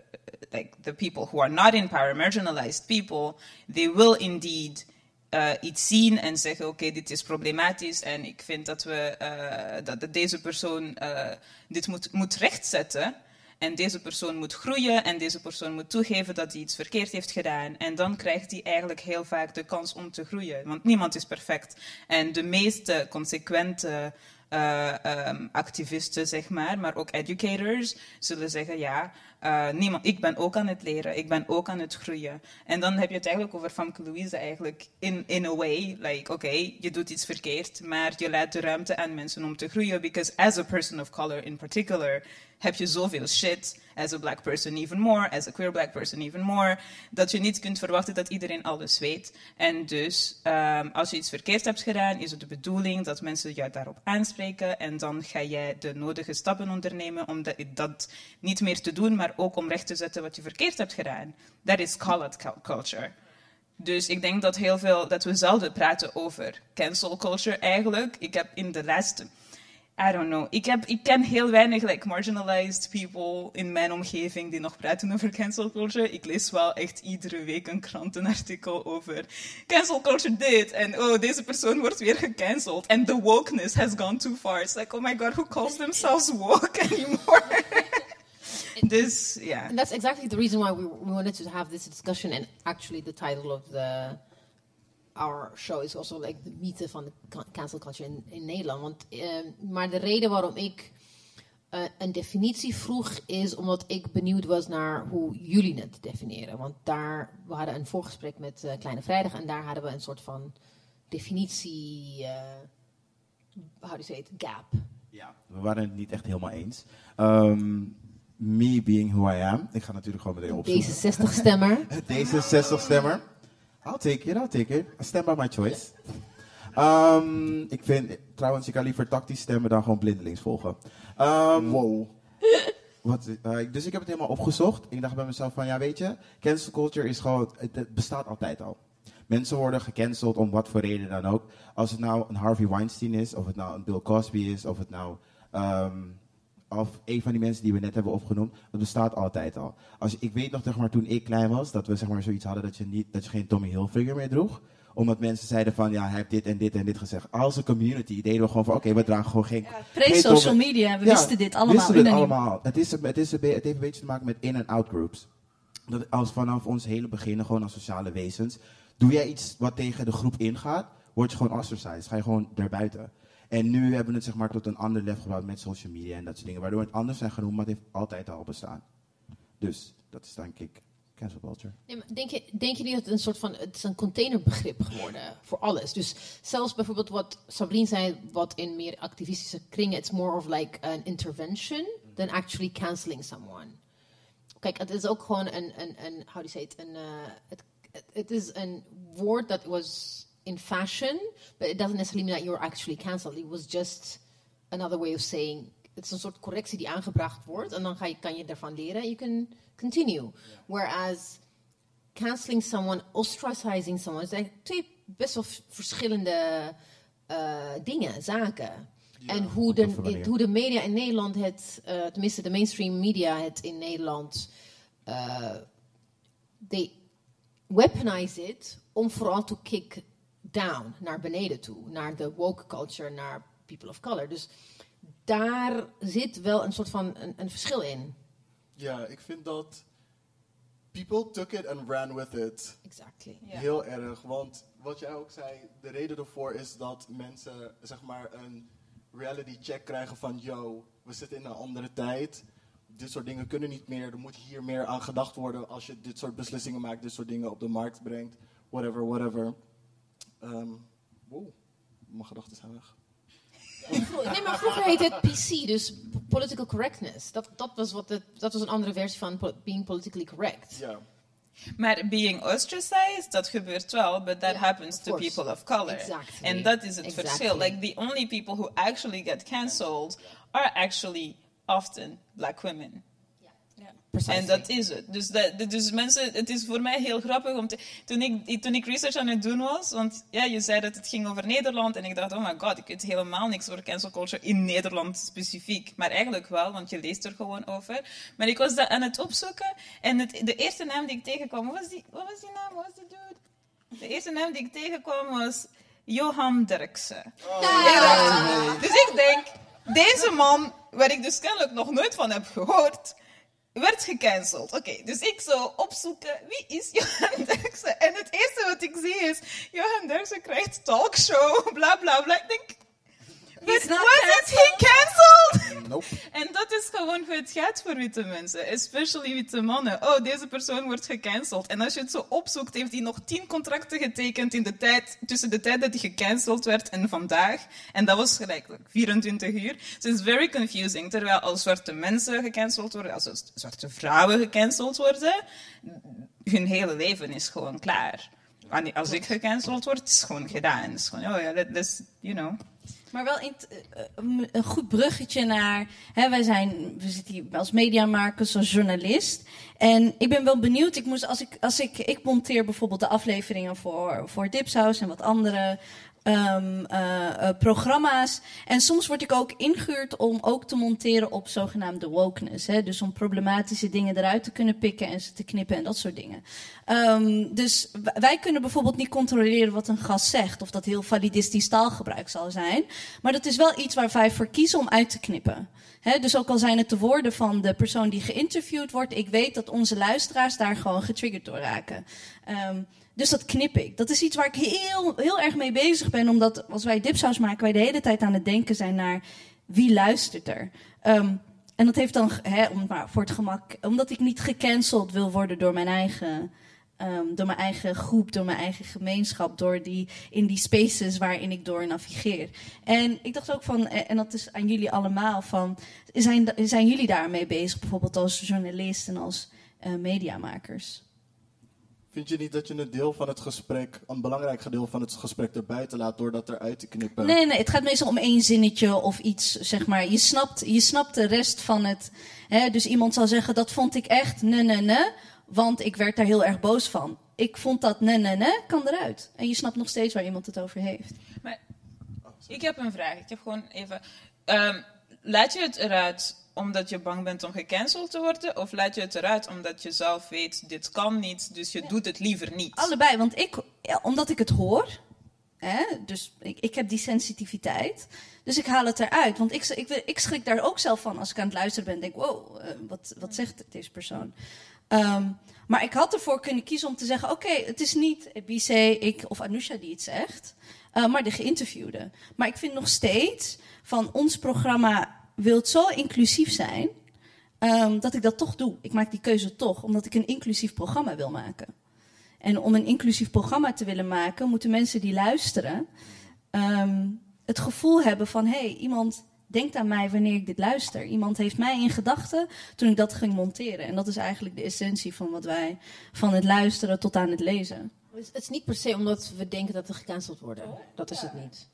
like, the people who are not in power, marginalized people, they will indeed eh, iets zien en zeggen: Oké, dit is problematisch en ik vind dat, we, eh, dat, dat deze persoon eh, dit moet, moet rechtzetten. En deze persoon moet groeien en deze persoon moet toegeven dat hij iets verkeerd heeft gedaan. En dan krijgt hij eigenlijk heel vaak de kans om te groeien, want niemand is perfect. En de meeste consequente eh, ehm, activisten, zeg maar, maar ook educators, zullen zeggen: Ja, eh, niemand, ik ben ook aan het leren, ik ben ook aan het groeien. En dan heb je het eigenlijk over Famke Louise, eigenlijk in, in a way. Like, oké, je doet iets verkeerd, maar je laat de ruimte aan mensen om te groeien. Because as a person of color in particular, heb je zoveel shit. As a black person even more, as a queer black person even more. Dat je niet kunt verwachten dat iedereen alles weet. En dus, ehm, als je iets verkeerd hebt gedaan, is het de bedoeling dat mensen jou daarop aanspreken. En dan ga jij de nodige stappen ondernemen om dat, dat niet meer te doen, maar ook om recht te zetten wat je verkeerd hebt gedaan. Dat is call-out cul- culture. Dus ik denk dat heel veel, dat we zelden praten over cancel culture eigenlijk. Ik heb in de laatste, I don't know, ik, heb, ik ken heel weinig like, marginalized people in mijn omgeving die nog praten over cancel culture. Ik lees wel echt iedere week een krantenartikel over cancel culture dit en oh, deze persoon wordt weer gecanceld en the wokeness has gone too far. It's like, oh my god, who calls themselves woke (laughs) anymore? dus ja. And that's exactly the reason why we, we wanted to have this discussion. And actually, the title of the our show is also like de mythe van de can- cancel culture in, in Nederland. Want, ehm, maar de reden waarom ik eh, een definitie vroeg is omdat ik benieuwd was naar hoe jullie het definiëren. Want daar, we hadden een voorgesprek met eh, Kleine Vrijdag en daar hadden we een soort van definitie, eh how do you say it, gap. Ja, we waren het niet echt helemaal eens. Ehm, me being who I am. Ik ga natuurlijk gewoon meteen opzoeken. Deze 60 stemmer. Deze 60 stemmer. I'll take it, I'll take it. I stand by my choice. Ehm, ik vind, trouwens, je kan liever tactisch stemmen dan gewoon blindelings volgen. Ehm, Wat, eh, dus ik heb het helemaal opgezocht. Ik dacht bij mezelf van, ja weet je, cancel culture is gewoon, het, het bestaat altijd al. Mensen worden gecanceld om wat voor reden dan ook. Als het nou een Harvey Weinstein is, of het nou een Bill Cosby is, of het nou ehm, of een van die mensen die we net hebben opgenoemd, dat bestaat altijd al. Als, ik weet nog, zeg maar, toen ik klein was, dat we zeg maar, zoiets hadden dat je, niet, dat je geen Tommy Hilfiger meer droeg. Omdat mensen zeiden van, ja, hij heeft dit en dit en dit gezegd. Als een community deden we gewoon van, oké, we dragen gewoon geen... geen Tommy- Pre-social media, we Ja, wisten dit allemaal. wisten we het unaniem. allemaal. Het, is, een- het, is, een be- het heeft een beetje te maken met in- en out-groups. Dat als vanaf ons hele begin, gewoon als sociale wezens, doe jij iets wat tegen de groep ingaat, word je gewoon ostracized. Ga je gewoon daarbuiten. En nu hebben we het zeg maar tot een ander level gebouwd met social media en dat soort dingen. Waardoor het anders zijn genoemd, maar het heeft altijd al bestaan. Dus dat is denk ik cancel culture. Nee, maar denk, je, denk je niet dat het een soort van het is een containerbegrip geworden voor alles? Dus zelfs bijvoorbeeld wat Sabrine zei, wat in meer activistische kringen, it's more of like an intervention than actually canceling someone. Kijk, het is ook gewoon een, een, een how do you say it, een, eh, het, het- het is een woord dat was in fashion, but it doesn't necessarily mean that you're actually cancelled. It was just another way of saying, het is een soort correctie die aangebracht wordt en dan ga je, kan je daarvan leren en you can continue. Whereas canceling someone, ostracizing someone. Het zijn twee best wel v- verschillende eh, dingen, zaken. En hoe de, op een manier. hoe de media in Nederland het, eh, tenminste de mainstream media het in Nederland, eh they weaponize it om vooral to kick down, naar beneden toe, naar de woke culture, naar people of color. Dus daar zit wel een soort van een, een verschil in. Ja, ik vind dat people took it and ran with it. Exactly. Ja. Heel erg, want wat jij ook zei, de reden daarvoor is dat mensen zeg maar een reality check krijgen van yo, we zitten in een andere tijd. Dit soort dingen kunnen niet meer. Er moet hier meer aan gedacht worden als je dit soort beslissingen maakt, dit soort dingen op de markt brengt. Whatever, whatever. Ehm wow, mijn gedachten zijn weg. Nee, maar vroeger heette het PC, dus political correctness. Dat, dat, was, wat het, dat was een andere versie van po- being politically correct. Ja, Maar being ostracized, dat gebeurt wel, but that Ja, happens of to course. people of color. Exactly. And that is het Exactly. verschil. Like the only people who actually get cancelled are actually often black women. En dat is het. Dus, dat, dat- dus mensen, het is voor mij heel grappig om te. Toen ik, toen ik research aan het doen was, want ja, je zei dat het ging over Nederland. En ik dacht, oh my god, ik weet helemaal niks over cancel culture in Nederland specifiek. Maar eigenlijk wel, want je leest er gewoon over. Maar ik was dat aan het opzoeken. En het, de eerste naam die ik tegenkwam, wat was die, wat was die naam? Wat was die dude? De eerste naam die ik tegenkwam was Johan Derksen. Ik dacht- Dus ik denk, deze man, waar ik dus kennelijk nog nooit van heb gehoord, werd gecanceld. Oké, dus ik zou opzoeken, wie is Johan (laughs) Derksen? En het eerste wat ik zie is, Johan Derksen krijgt talkshow, (laughs) bla bla bla. Ik denk, but not wasn't he cancelled? Nope. En dat is gewoon hoe het gaat voor witte mensen. Especially witte mannen. Oh, deze persoon wordt gecanceld. En als je het zo opzoekt, heeft hij nog tien contracten getekend in de tijd, tussen de tijd dat hij gecanceld werd en vandaag. En dat was gelijk like, 24 uur. Dus het is very confusing. Terwijl als zwarte mensen gecanceld worden, als z- zwarte vrouwen gecanceld worden, hun hele leven is gewoon klaar. Wanneer- Als ik gecanceld word, is het gewoon gedaan. Het is gewoon, oh ja, dat dat is, you know. Maar wel in t- eh, eh, m- een goed bruggetje naar. Hè, wij zijn, we zitten hier als mediamakers, als journalist. En ik ben wel benieuwd. Ik moest, als ik, als ik, ik monteer bijvoorbeeld de afleveringen voor, voor Dipsaus en wat andere ehm, eh, eh, programma's. En soms word ik ook ingehuurd om ook te monteren op zogenaamde wokeness. Hè? Dus om problematische dingen eruit te kunnen pikken en ze te knippen en dat soort dingen. Ehm, dus w- wij kunnen bijvoorbeeld niet controleren wat een gast zegt. Of dat heel validistisch taalgebruik zal zijn. Maar dat is wel iets waar wij voor kiezen om uit te knippen. Hè, dus ook al zijn het de woorden van de persoon die geïnterviewd wordt. Ik weet dat onze luisteraars daar gewoon getriggerd door raken. Ehm, dus dat knip ik. Dat is iets waar ik heel, heel erg mee bezig ben. Omdat als wij dipsaus maken, wij de hele tijd aan het denken zijn naar wie luistert er. Ehm, en dat heeft dan, ge- hè, om, het maar voor het gemak, omdat ik niet gecanceld wil worden door mijn eigen. ehm, door mijn eigen groep, door mijn eigen gemeenschap, door die, in die spaces waarin ik door navigeer. En ik dacht ook van, eh, en dat is aan jullie allemaal, van, zijn, zijn jullie daarmee bezig, bijvoorbeeld als journalist en als eh, mediamakers? Vind je niet dat je een deel van het gesprek, een belangrijk gedeelte van het gesprek erbuiten laat door dat eruit te knippen? Nee, nee, het gaat meestal om één zinnetje of iets, zeg maar. Je snapt, je snapt de rest van het. Hè? Dus iemand zal zeggen, dat vond ik echt nee, nee, nee, want ik werd daar heel erg boos van. Ik vond dat nee, nee, nee, kan eruit. En je snapt nog steeds waar iemand het over heeft. Ik heb een vraag. Ik heb gewoon even. ehm, laat je het eruit omdat je bang bent om gecanceld te worden? Of laat je het eruit omdat je zelf weet, dit kan niet, dus je doet het liever niet? Allebei, want ik, ja, omdat ik het hoor, hè, dus ik, ik heb die sensitiviteit, dus ik haal het eruit. Want ik, ik, ik schrik daar ook zelf van als ik aan het luisteren ben en denk, wow, eh, wat, wat zegt deze persoon? Ehm, maar ik had ervoor kunnen kiezen om te zeggen, oké, het is niet Bise, ik of Anusha die het zegt, eh, maar de geïnterviewde. Maar ik vind nog steeds van ons programma wil het zo inclusief zijn, ehm, dat ik dat toch doe. Ik maak die keuze toch, omdat ik een inclusief programma wil maken. En om een inclusief programma te willen maken, moeten mensen die luisteren ehm, het gevoel hebben van: hé, hey, iemand denkt aan mij wanneer ik dit luister. Iemand heeft mij in gedachten toen ik dat ging monteren. En dat is eigenlijk de essentie van wat wij van het luisteren tot aan het lezen. Dus het is niet per se omdat we denken dat we gecanceld worden. Dat is het niet.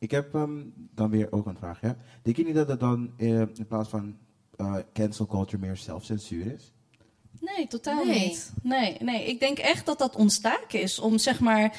Ik heb ehm, dan weer ook een vraag. Ja? Denk je niet dat het dan eh, in plaats van eh, cancel culture meer zelfcensuur is? Nee, totaal Nee. niet. Nee, nee, ik denk echt dat dat ontstaken is om zeg maar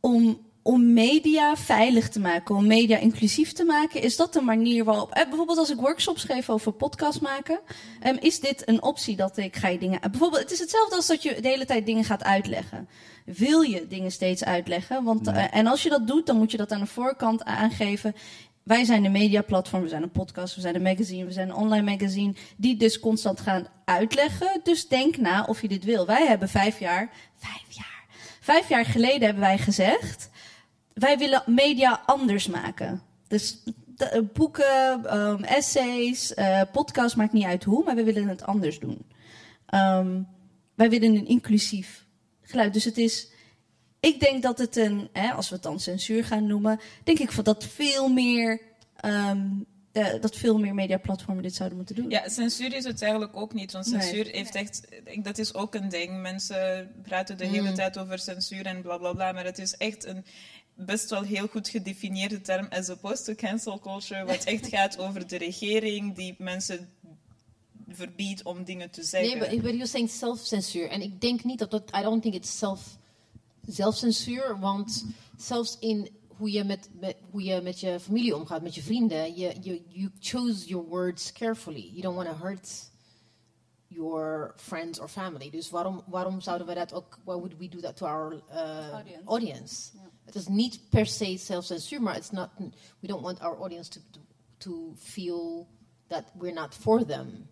om om media veilig te maken, om media inclusief te maken? Is dat de manier waarop... eh, bijvoorbeeld als ik workshops geef over podcast maken, ehm, is dit een optie dat ik ga je dingen... eh, bijvoorbeeld, het is hetzelfde als dat je de hele tijd dingen gaat uitleggen. Wil je dingen steeds uitleggen? Want, eh, en als je dat doet, dan moet je dat aan de voorkant aangeven. Wij zijn een mediaplatform, we zijn een podcast, we zijn een magazine, we zijn een online magazine. Die dus constant gaan uitleggen. Dus denk na of je dit wil. Wij hebben vijf jaar, vijf jaar, vijf jaar geleden hebben wij gezegd wij willen media anders maken. Dus de- eh, boeken, ehm, essays, eh podcast, maakt niet uit hoe, maar we willen het anders doen. Ehm, wij willen een inclusief geluid. Dus het is. Ik denk dat het een, hè, als we het dan censuur gaan noemen, denk ik van dat veel meer. ehm, eh, dat veel meer mediaplatformen dit zouden moeten doen. Ja, censuur is het eigenlijk ook niet. Want Nee. Mm. censuur heeft echt. ik- Dat is ook een ding. Mensen praten de hele tijd over censuur en bla bla bla. Maar het is echt een best wel heel goed gedefinieerde term. As opposed to cancel culture. (laughs) Wat echt gaat over de regering die mensen verbiedt om dingen te Nee, zeggen. but, but you're saying self-censuur. En ik denk niet dat dat... I don't think it's self, zelfcensuur. Want zelfs in hoe je met, met, hoe je met je familie omgaat, met je vrienden... Je, you, you chose your words carefully. You don't want to hurt your friends or family. Dus waarom, waarom zouden we dat ook... Why would we do that to our uh, audience? Het is niet per se zelfcensuur, maar it's not, we don't want our audience to, to, to feel that we're not for them.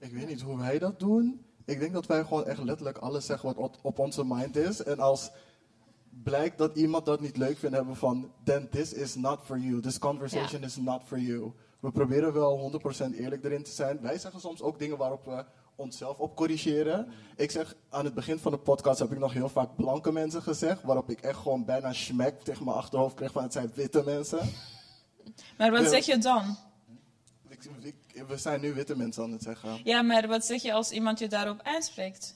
Ik weet niet hoe wij dat doen. Ik denk dat wij gewoon echt letterlijk alles zeggen wat op- op onze mind is. En als blijkt dat iemand dat niet leuk vindt, hebben we van... Then this is not for you. This conversation is not for you. We proberen wel 100% eerlijk erin te zijn. Wij zeggen soms ook dingen waarop we onszelf op corrigeren. Ik zeg, aan het begin van de podcast heb ik nog heel vaak blanke mensen gezegd... waarop ik echt gewoon bijna smack tegen mijn achterhoofd kreeg van... het zijn witte mensen. (laughs) maar wat Ja. zeg je dan? Ik- ik- we zijn nu witte mensen aan het zeggen. Ja, maar wat zeg je als iemand je daarop aanspreekt?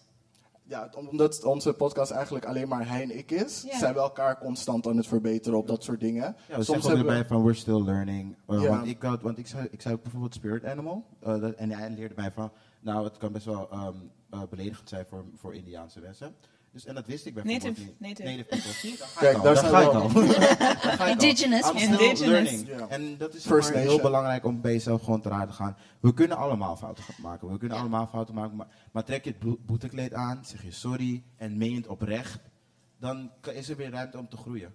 Ja, om- omdat onze podcast eigenlijk alleen maar hij en ik is, Ja. zijn we elkaar constant aan het verbeteren op dat soort dingen. Ja, we zeggen ook erbij van we're still learning. Uh, Ja. Want, ik, had, want ik, zei, ik zei ook bijvoorbeeld Spirit Animal. eh, dat, en hij leerde mij van, nou het kan best wel ehm, eh, beledigend zijn voor, voor Indiaanse mensen. Dus, en dat wist ik bijvoorbeeld Native- niet. native. people. Zie je, daar ga Kijk, ik al. daar Daar zijn ga we ik al. al. Daar ga ik al. Indigenous. I'm still En Indigenous. learning. Ja. En dat is First maar heel Nation. belangrijk om bij jezelf gewoon te raden te gaan. We kunnen allemaal fouten gaan maken. We kunnen Ja. allemaal fouten maken. Maar, maar trek je het boe- boetekleed aan, zeg je sorry en meen het oprecht. Dan k- is er weer ruimte om te groeien.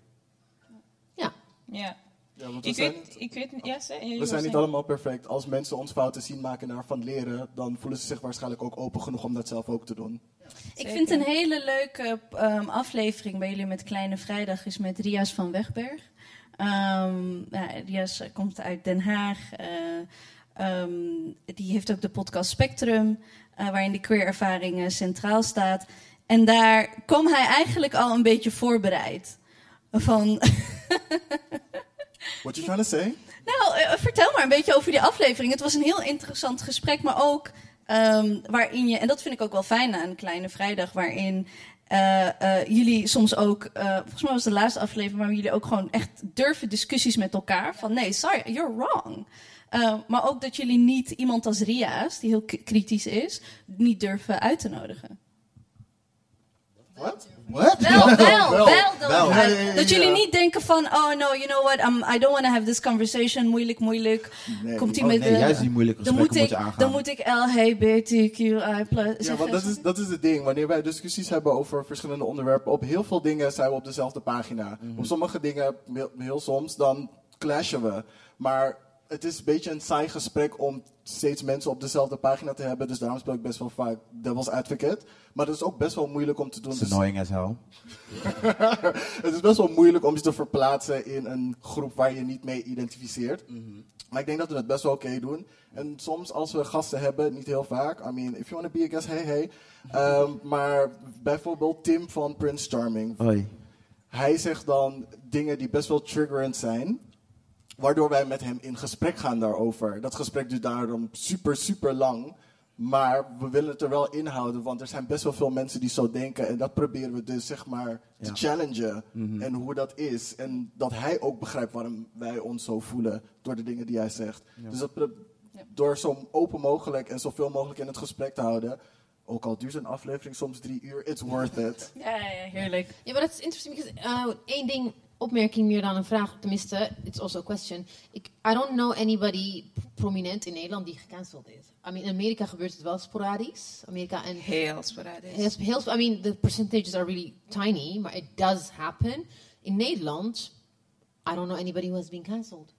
Ja. Ja, want we Ik zijn, weet, ik weet niet. Ja, zeg- we je wil zijn niet zeggen. allemaal perfect. Als mensen ons fouten zien maken en daarvan leren, dan voelen ze zich waarschijnlijk ook open genoeg om dat zelf ook te doen. Ik Zeker. vind een hele leuke ehm, aflevering bij jullie met Kleine Vrijdag is met Rias van Wegberg. Ehm, ja, Rias eh, komt uit Den Haag. eh, ehm, die heeft ook de podcast Spectrum, eh, waarin de queer-ervaring eh, centraal staat. En daar kwam hij eigenlijk al een beetje voorbereid. Van, What you trying to say? nou, eh, vertel maar een beetje over die aflevering. Het was een heel interessant gesprek, maar ook ehm, waarin je, en dat vind ik ook wel fijn aan Kleine Vrijdag, waarin eh, eh, jullie soms ook, eh, volgens mij was het de laatste aflevering, waar jullie ook gewoon echt durven discussies met elkaar. Van nee, sorry, you're wrong. Eh, maar ook dat jullie niet iemand als Ria's, die heel k- kritisch is, niet durven uit te nodigen. What? What? Wel, wel, wel. dat- wel. dat- Ja, ja, ja, ja. Dat jullie niet denken van, oh no, you know what, I'm, I don't want to have this conversation, moeilijk, moeilijk. Nee. Komt hij Oh, met nee, de- juist die moeilijke dan moet, gesprekken moet je ik, aangaan. dan moet ik LHBTQI+. Ja, want dat is, dat is het ding. Wanneer wij discussies hebben over verschillende onderwerpen, op heel veel dingen zijn we op dezelfde pagina. Op sommige dingen, heel, heel soms, dan clashen we. Maar het is een beetje een saai gesprek om steeds mensen op dezelfde pagina te hebben. Dus daarom speel ik best wel vaak devil's advocate. Maar dat is ook best wel moeilijk om te doen. Dus It's annoying as hell. (laughs) Het is best wel moeilijk om je te verplaatsen in een groep waar je niet mee identificeert. Maar ik denk dat we het best wel oké doen. En soms als we gasten hebben, niet heel vaak. I mean, if you want to be a guest, hey hey. Ehm, maar bijvoorbeeld Tim van Prince Charming. Oei. Hij zegt dan dingen die best wel triggerend zijn. Waardoor wij met hem in gesprek gaan daarover. Dat gesprek duurt daarom super, super lang. Maar we willen het er wel inhouden, want er zijn best wel veel mensen die zo denken. En dat proberen we dus, zeg maar, te Ja. challengen. En hoe dat is. En dat hij ook begrijpt waarom wij ons zo voelen door de dingen die hij zegt. Dus dat pro- door zo open mogelijk en zoveel mogelijk in het gesprek te houden. Ook al duurt een aflevering soms drie uur, it's worth it. Ja, ja, heerlijk. Ja, maar dat is interessant. Because, uh, één ding oh, opmerking meer dan een vraag. Tenminste, it's also a question. Ik, I don't know anybody prominent in Nederland die gecanceld is. I mean, in Amerika gebeurt het wel sporadisch. Amerika en Heel sporadisch. Heel, sp- heel sp- I mean, the percentages are really tiny, maar it does happen. In Nederland, I don't know anybody who has been cancelled.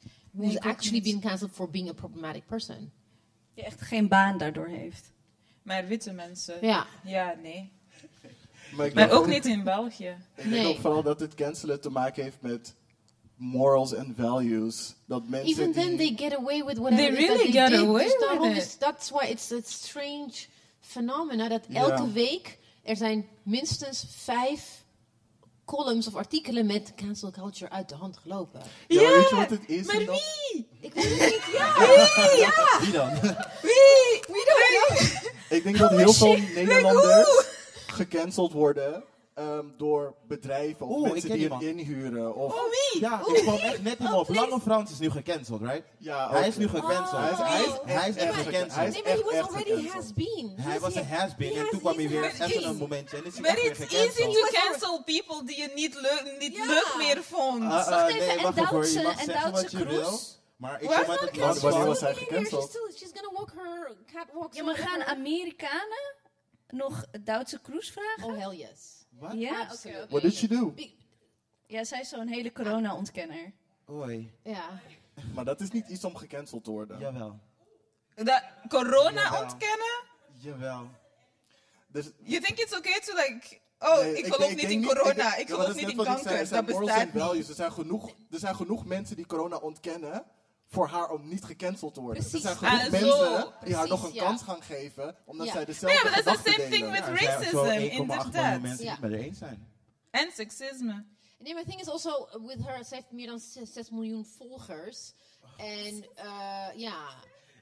Nee, Who's ik ook actually niet. been cancelled for being a problematic person. Die echt geen baan daardoor heeft. Maar witte mensen. Ja. Ja, nee. Maar, ik (laughs) Maar denk ook niet in België. Ik denk ook vooral dat het cancelen te maken heeft met morals en values. Dat mensen Even die- then, they get away with whatever They it is that really get they did. away Dus with daarom it. is- that's why it's a strange phenomena dat elke Ja. week er zijn minstens vijf columns of artikelen met cancel culture uit de hand gelopen. Ja, maar weet je wat het is? Maar En dat- wie? Ik weet het niet. Ja. Wie dan? Wie? Wie dat? Ik denk dat heel veel Nederlanders gecanceld worden ehm, door bedrijven of Oeh, ik mensen ken die die hen inhuren. Of, Ja, ik kwam echt net niet op. Lange Frans is nu gecanceld, right? ja, Hij ook- is nu gecanceld. Hij is- hij is Hij is echt echt gecanceld. gecanceld. Hij Ah, is Nee, maar he echt, was echt already gecanceld. has been. Hij was een has-been en has- toen kwam hij he's weer already- even een momentje. En is hij Maar echt weer it's easy gecanceld. to cancel people die je niet, leuk, niet leuk meer vond. Ah, ah, Wacht even, en wacht even, hoor. Je Duitse- mag en zeggen wat Duitse je Kroes? wil, Maar ik kom Waar is uit dat het Want land wanneer van- was hij She's, gecanceld? still, she's gonna walk her catwalk. Ja, maar gaan whatever. Amerikanen nog Duitse cruise vragen? Oh, hell yes. Wat? Ja. Oké, What did she do? Ah, ja, zij is zo'n hele corona-ontkenner. Oei. Ja. Maar dat is niet iets om gecanceld te worden. Jawel. Dat corona Jawel. ontkennen? Jawel. Dus You think it's okay to like... Oh, Nee, ik geloof denk- niet denk in corona. denk- Ik ja, maar geloof dat is niet in net wat ik zei, kanker. er zijn Dat morals bestaat en niet. values. Er zijn, genoeg, er zijn genoeg mensen die corona ontkennen voor haar om niet gecanceld te worden. Dus Precies. Er zijn genoeg Ah, mensen zo. die haar Precies, nog een ja. kans gaan geven, omdat Ja. zij Maar dezelfde ja, maar dat is the gedachten same thing delen. with Er zijn zo'n racism, 1,8 miljoen inderdaad. mensen die het met haar eens zijn. En seksisme. Nee, maar het ding is also, uh, with her, ze heeft meer dan 6 miljoen volgers. En eh, ja,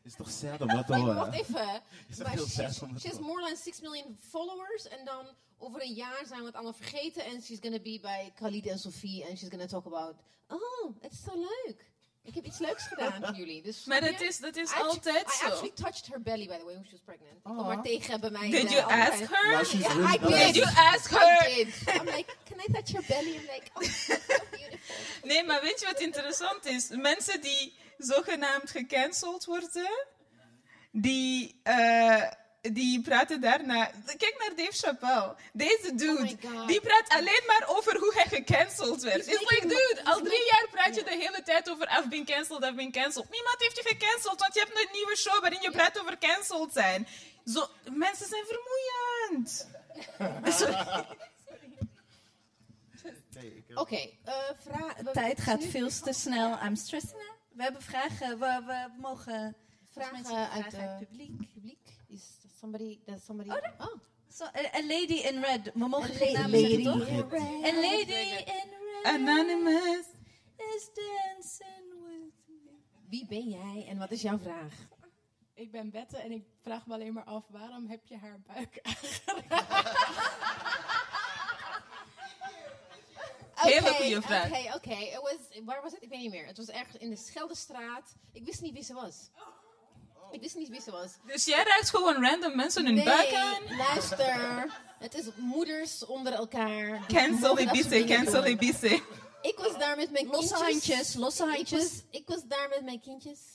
Is toch sad om dat te Maar wacht horen? even. Is Maar toch eh. heel she, sad om dat she te has horen? more than 6 million followers. En dan over een jaar zijn we het allemaal vergeten. En she's gonna be bij Khalid en Sophie. En she's gonna talk about. Oh, het is zo leuk. Ik heb iets leuks gedaan voor jullie. Dus Maar snap dat je? is, dat is I actu- altijd I zo. actually touched her belly, by the way, when she was pregnant. Ik kwam Aw. haar tegen bij mij. Did bij you andere ask kant. her? Now she's Yeah, really I bad. did. Did you ask her? I did. I'm like, can I touch your belly? I'm like, oh, (laughs) it's so beautiful. Nee, maar weet je wat interessant is? Mensen die zogenaamd gecanceld worden, die, eh, die praten daarna. Kijk naar Dave Chappelle. Deze dude, Oh my God. die praat alleen maar over hoe hij gecanceld werd. He's It's like, making- dude, he's al drie making- jaar praat je de hele tijd over I've been cancelled, I've been cancelled. Niemand heeft je gecanceld, want je hebt een nieuwe show waarin je praat over cancelled zijn. Zo, mensen zijn vermoeiend. Oké, eh, vraag. we- Tijd gaat nu- veel te snel. I'm stressing out. We hebben vragen. We, we mogen Vragen mensen vragen uit, uit, eh, het publiek. publiek. Is somebody, does somebody... Oh, oh. Zo, eh, a lady in red. We mogen A geen lady namen zeggen, in toch? red. A lady in red Anonymous. is dancing with me. Wie ben jij en wat is jouw vraag? Ik ben Bette en ik vraag me alleen maar af, waarom heb je haar buik (laughs) Hele Oké, goede vraag. Oké, oké. Het was- Waar was het? Ik weet niet meer. Het was ergens in de Scheldestraat. Ik wist niet wie ze was. Oh. Ik wist niet wie ze was. Dus jij raakt gewoon random mensen hun nee, buik aan? luister. Het is moeders onder elkaar. Die (laughs) Cancel mogen dat soort Ibiza, dingen cancel doen. Ibiza. Ik was daar met mijn Losse kindjes. handjes, losse Ik handjes. was, ik was daar met mijn kindjes.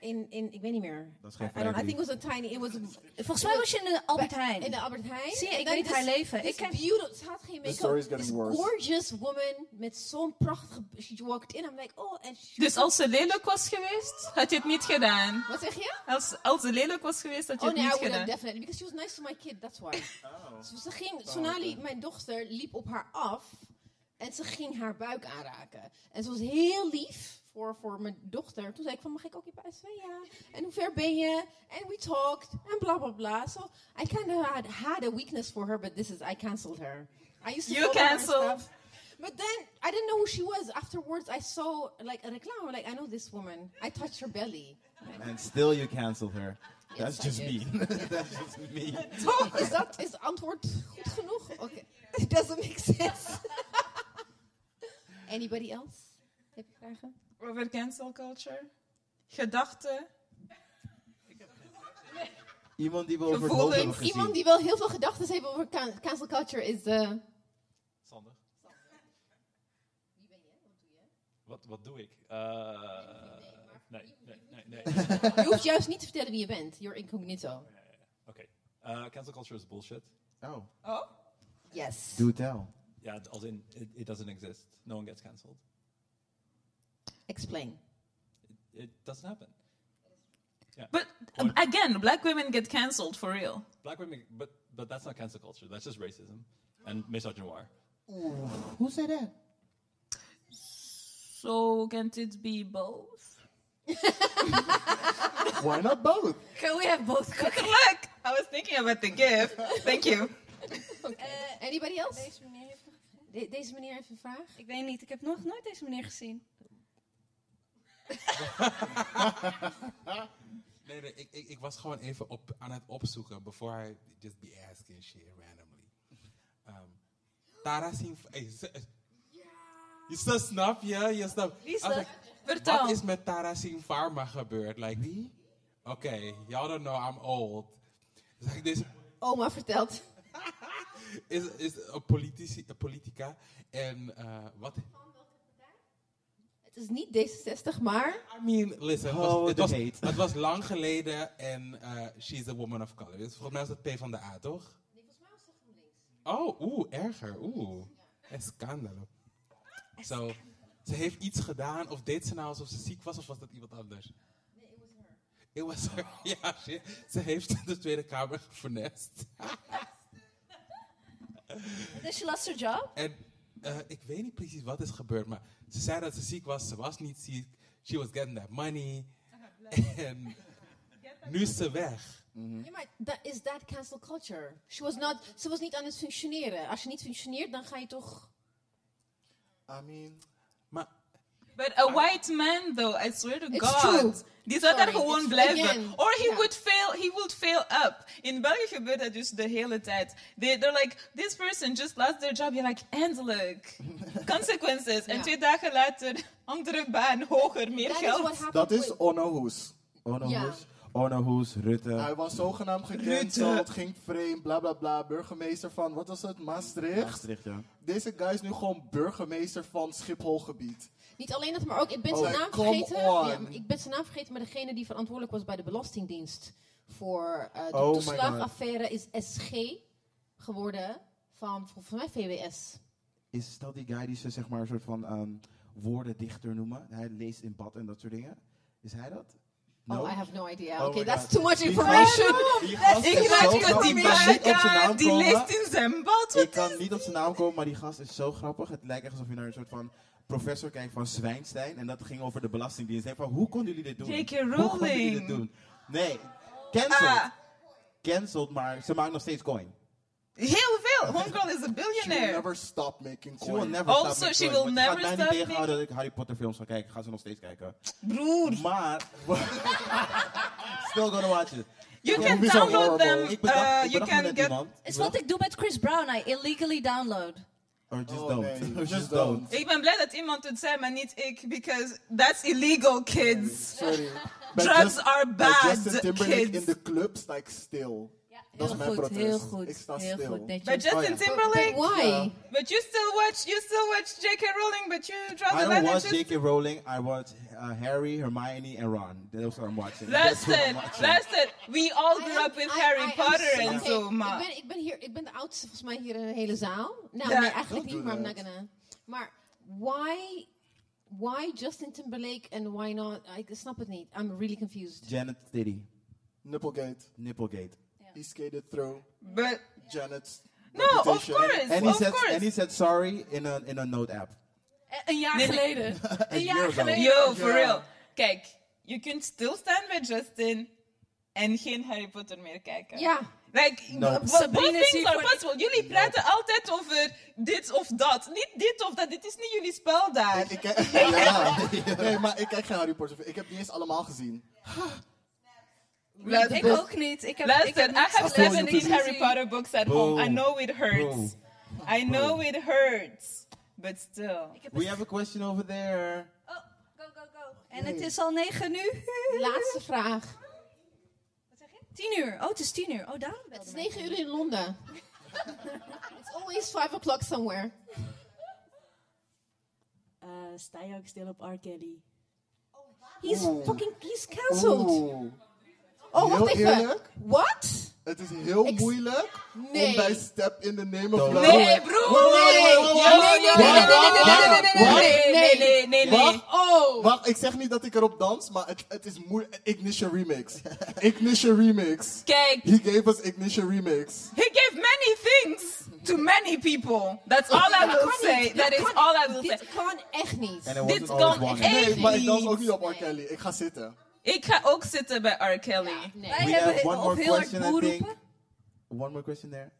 In, in, ik weet niet meer. Dat is geen I, don't, I vrijbrief. think it was a tiny, it was a, Volgens mij was je in de Albert Heijn. in de Albert Heijn. Zie je, En ik dan weet this- haar leven. this Ik ken- beautiful, ze had geen make-up. story's getting This worse. gorgeous woman met zo'n prachtige, she walked in, I'm like, oh, en she- Dus als ze lelijk was geweest, had je het niet gedaan. Wat zeg je? Als, als ze lelijk was geweest, had je Oh het nee, I niet would have gedaan. definitely, because she was nice to my kid, that's why. Ze- Ze ging, Sonali, mijn dochter, liep op haar af en ze ging haar buik aanraken. En ze was heel lief voor, voor mijn dochter. Toen zei ik van, mag ik ook je buik? Ze zei, ja. En hoe ver ben je? En we talked, en bla bla bla. So, I kind of had, had a weakness for her, but this is, I cancelled her. I used to follow You her cancelled. stuff. But then, I didn't know who she was. Afterwards, I saw, like, a reclame. Like, I know this woman. I touched her belly. And still you canceled her. That's I just did. mean. (laughs) That's just mean. (laughs) Is dat is het antwoord goed genoeg? Oké. (laughs) It doesn't make sense. (laughs) Anybody else? Heb je vragen? Over cancel culture. Gedachten. Iemand die we over het Gevoelens. hoofd hebben gezien. Iemand die wel heel veel gedachten heeft over can- cancel culture is... eh, Wat, wat doe ik? Eh, nee, nee, nee, nee. Eh. Je hoeft juist niet te vertellen wie je bent. You're incognito. Oké. Eh, cancel culture is bullshit. Oh. Oh? Yes. Do tell. Ja, als in, it, it doesn't exist. No one gets cancelled. Explain. It doesn't happen. But um, again, black women get cancelled for real. Black women, but, but that's not cancel culture. That's just racism and misogynoir. Who said that? So can't it be both? Why not both? Can we have both? Look, I was thinking about the gift. Thank you. Eh, Anybody else? Deze meneer, heeft- De- deze meneer heeft een vraag. (laughs) ik weet niet, ik heb nog nooit deze meneer gezien. Nee, nee ik, ik, ik was gewoon even op, aan het opzoeken before I just be asking shit randomly. Um, Tara zien. Hey, ze- je snap- snap je? Je snapt. I was Lisa, like, vertel. Wat is met Tara Singh Pharma gebeurd? Like die? Oké, y'all don't know I'm old. Dus ik deze Oma vertelt. is, is een, politici, een politica. En eh, wat... Het is niet D66, maar... I mean, listen, het was, Oh, het was, debate. het was lang geleden en eh she's a woman of color. Dus volgens mij was het P van de A, toch? Oh, oeh, erger, oeh. Escandalo. Zo, ze heeft iets gedaan, of deed ze nou alsof ze ziek was, of was dat iemand anders? Nee, it was her. (laughs) It was her, ja. Ze, ze heeft de Tweede Kamer (laughs) gevernest. Dus je lost her job? En eh, ik weet niet precies wat is gebeurd, maar ze zei dat ze ziek was. Ze was niet ziek. She was getting that money. En nu is ze weg. Ja, maar dat is dat cancel culture. She was not, ze was niet aan het functioneren. Als je niet functioneert, dan ga je toch... I mean, Maar But a white man, though, I swear to It's God, true. die zou daar Sorry, gewoon it's- blijven. again, Or he yeah. would fail. He would fail up. In België gebeurt dat dus de hele tijd. They, they're like, this person just lost their job. You're like, (laughs) eindelijk. Consequences. En Ja. twee dagen later, (laughs) andere baan, hoger, meer That is geld. what happened dat is with- Onno Hoes. Onno Ja. Hoes, Onno Hoes, Rutte. Hij was zogenaamd gecanceld, ging vreemd, bla bla bla. Burgemeester van, wat was het, Maastricht? Maastricht, ja. Deze guy is nu gewoon burgemeester van Schipholgebied. Niet alleen dat, maar ook... Ik ben Oh, zijn naam come vergeten. on. Ja, maar ik ben zijn naam vergeten, maar degene die verantwoordelijk was bij de Belastingdienst... voor eh, de Oh my toeslagaffaire is SG geworden van, volgens mij, VWS. Is dat die guy die ze zeg maar een soort van ehm, woordendichter noemen? Hij leest in bad en dat soort dingen. Is hij dat? No? Oh, I have no idea. Oh Oké, my that's God. too much Die information. (laughs) Die gast Ik is weet zo niet wat die grappig. Ik kan niet op zijn baan naam die komen. leest in zijn bad. Ik kan niet op zijn naam komen, maar die gast is zo grappig. Het lijkt echt alsof je naar een soort van professor kijkt van Zwijnstein. En dat ging over de Belastingdienst. Hij van, hoe konden jullie dit doen? J.K. Hoe konden jullie Rowling. dit doen? Nee, cancelled. Ah, Cancelled, maar ze maakt nog steeds coin. heel veel. Homegirl is She a will billionaire. never stop making She will coin. never Also, stop making Oh, she coin. will Want never je gaat mij stop niet tegenhouden dat ik Harry Potter films ga kijken. Ik ga ze nog steeds kijken. Broer. Maar... (laughs) Still gonna watch it. You Ik can bedacht- download them. Ik bedacht, Uh, ik you bedacht me can net get... iemand. Is wat ik doe met Chris Brown, I illegally download. Or just Oh, don't. nee, Or (laughs) just just don't. don't. Ik ben blij dat iemand het zei, maar niet ik, because that's illegal, (laughs) kids. Sorry. Drugs are bij bad, Justin Timberlake kids. in de club sta ik stil. dat is mijn protest. heel goed. Ik sta heel stil. goed, netjes. But Justin Oh, ja. Timberlake, But why? Ja. but you still watch, you still watch J.K. Rowling, but you draw I the don't line watch at just. J.K. Rowling. I watch uh, Harry, Hermione, and Ron. Those are I'm watching. That's what (laughs) it. I'm watching. That's it. We all I grew am- up with I- I Harry am Potter so- en Oké, zo, maar. Ik ben, ik, ben hier, ik ben de oudste volgens mij hier in de hele zaal. Nou, Ja. nee, eigenlijk Don't niet, do maar I'm not that. gonna. Maar why, why Justin Timberlake en why not? Ik snap het niet. I'm really confused. Janet Stiddy. Nipplegate. Nipplegate. He skated through But (laughs) Janet's no, of reputation. course, And he, of said, and he course. said sorry in a, in a note app. Eh, Een jaar geleden. (laughs) Een jaar year ago. geleden. Yo, for real. Kijk, je kunt stilstaan bij Justin en geen Harry Potter meer kijken. Ja, Like, No. what Nou, Sabrina is things hier are voor- possible. Jullie praten altijd over dit of dat. Niet dit of dat, dit is niet jullie spel daar. Ik kijk, (laughs) ja. Nee, maar ik kijk geen Harry Potter. film. Ik heb niet eens allemaal gezien. Ik ook niet. Ik heb, ik Luister, heb I have niks gezien. 17 Harry Potter books at home. I know it hurts. I know it hurts. But still. Ik heb We have a question over there. Oh, go, go, go. En het is al negen uur. laatste vraag. Tien uur. Oh, het is tien uur. Oh, daarom Het belde is mij. 9 uur in Londen. It's always 5 o'clock somewhere. Eh, sta je ook stil op R. Kelly. He's Oeh. fucking, he's cancelled. Oh, Heel wacht even. eerlijk? What? Het is heel Ik- moeilijk Nee. om bij Step in the Name of Love... Nee, broer, nee. Ja, nee, nee, nee, nee, nee, nee, nee, nee, nee, nee, nee, nee, nee. Wacht. Oh. Wacht, ik zeg niet dat ik erop dans, maar het, het is moeilijk. Ignition (laughs) Remix. Ignition Remix. Kijk, He gave us Ignition Remix. he gave many things to many people. That's all I will say. That is all I will say. Dit kan echt niet. And it Dit wasn't always kan one. Nee, maar ik echt dans niet. ook niet op R. Kelly. Ik ga zitten. Ik ga ook zitten bij R. Kelly. Nee. Wij We hebben have one of more heel hard question, I boe think. roepen. One more question there.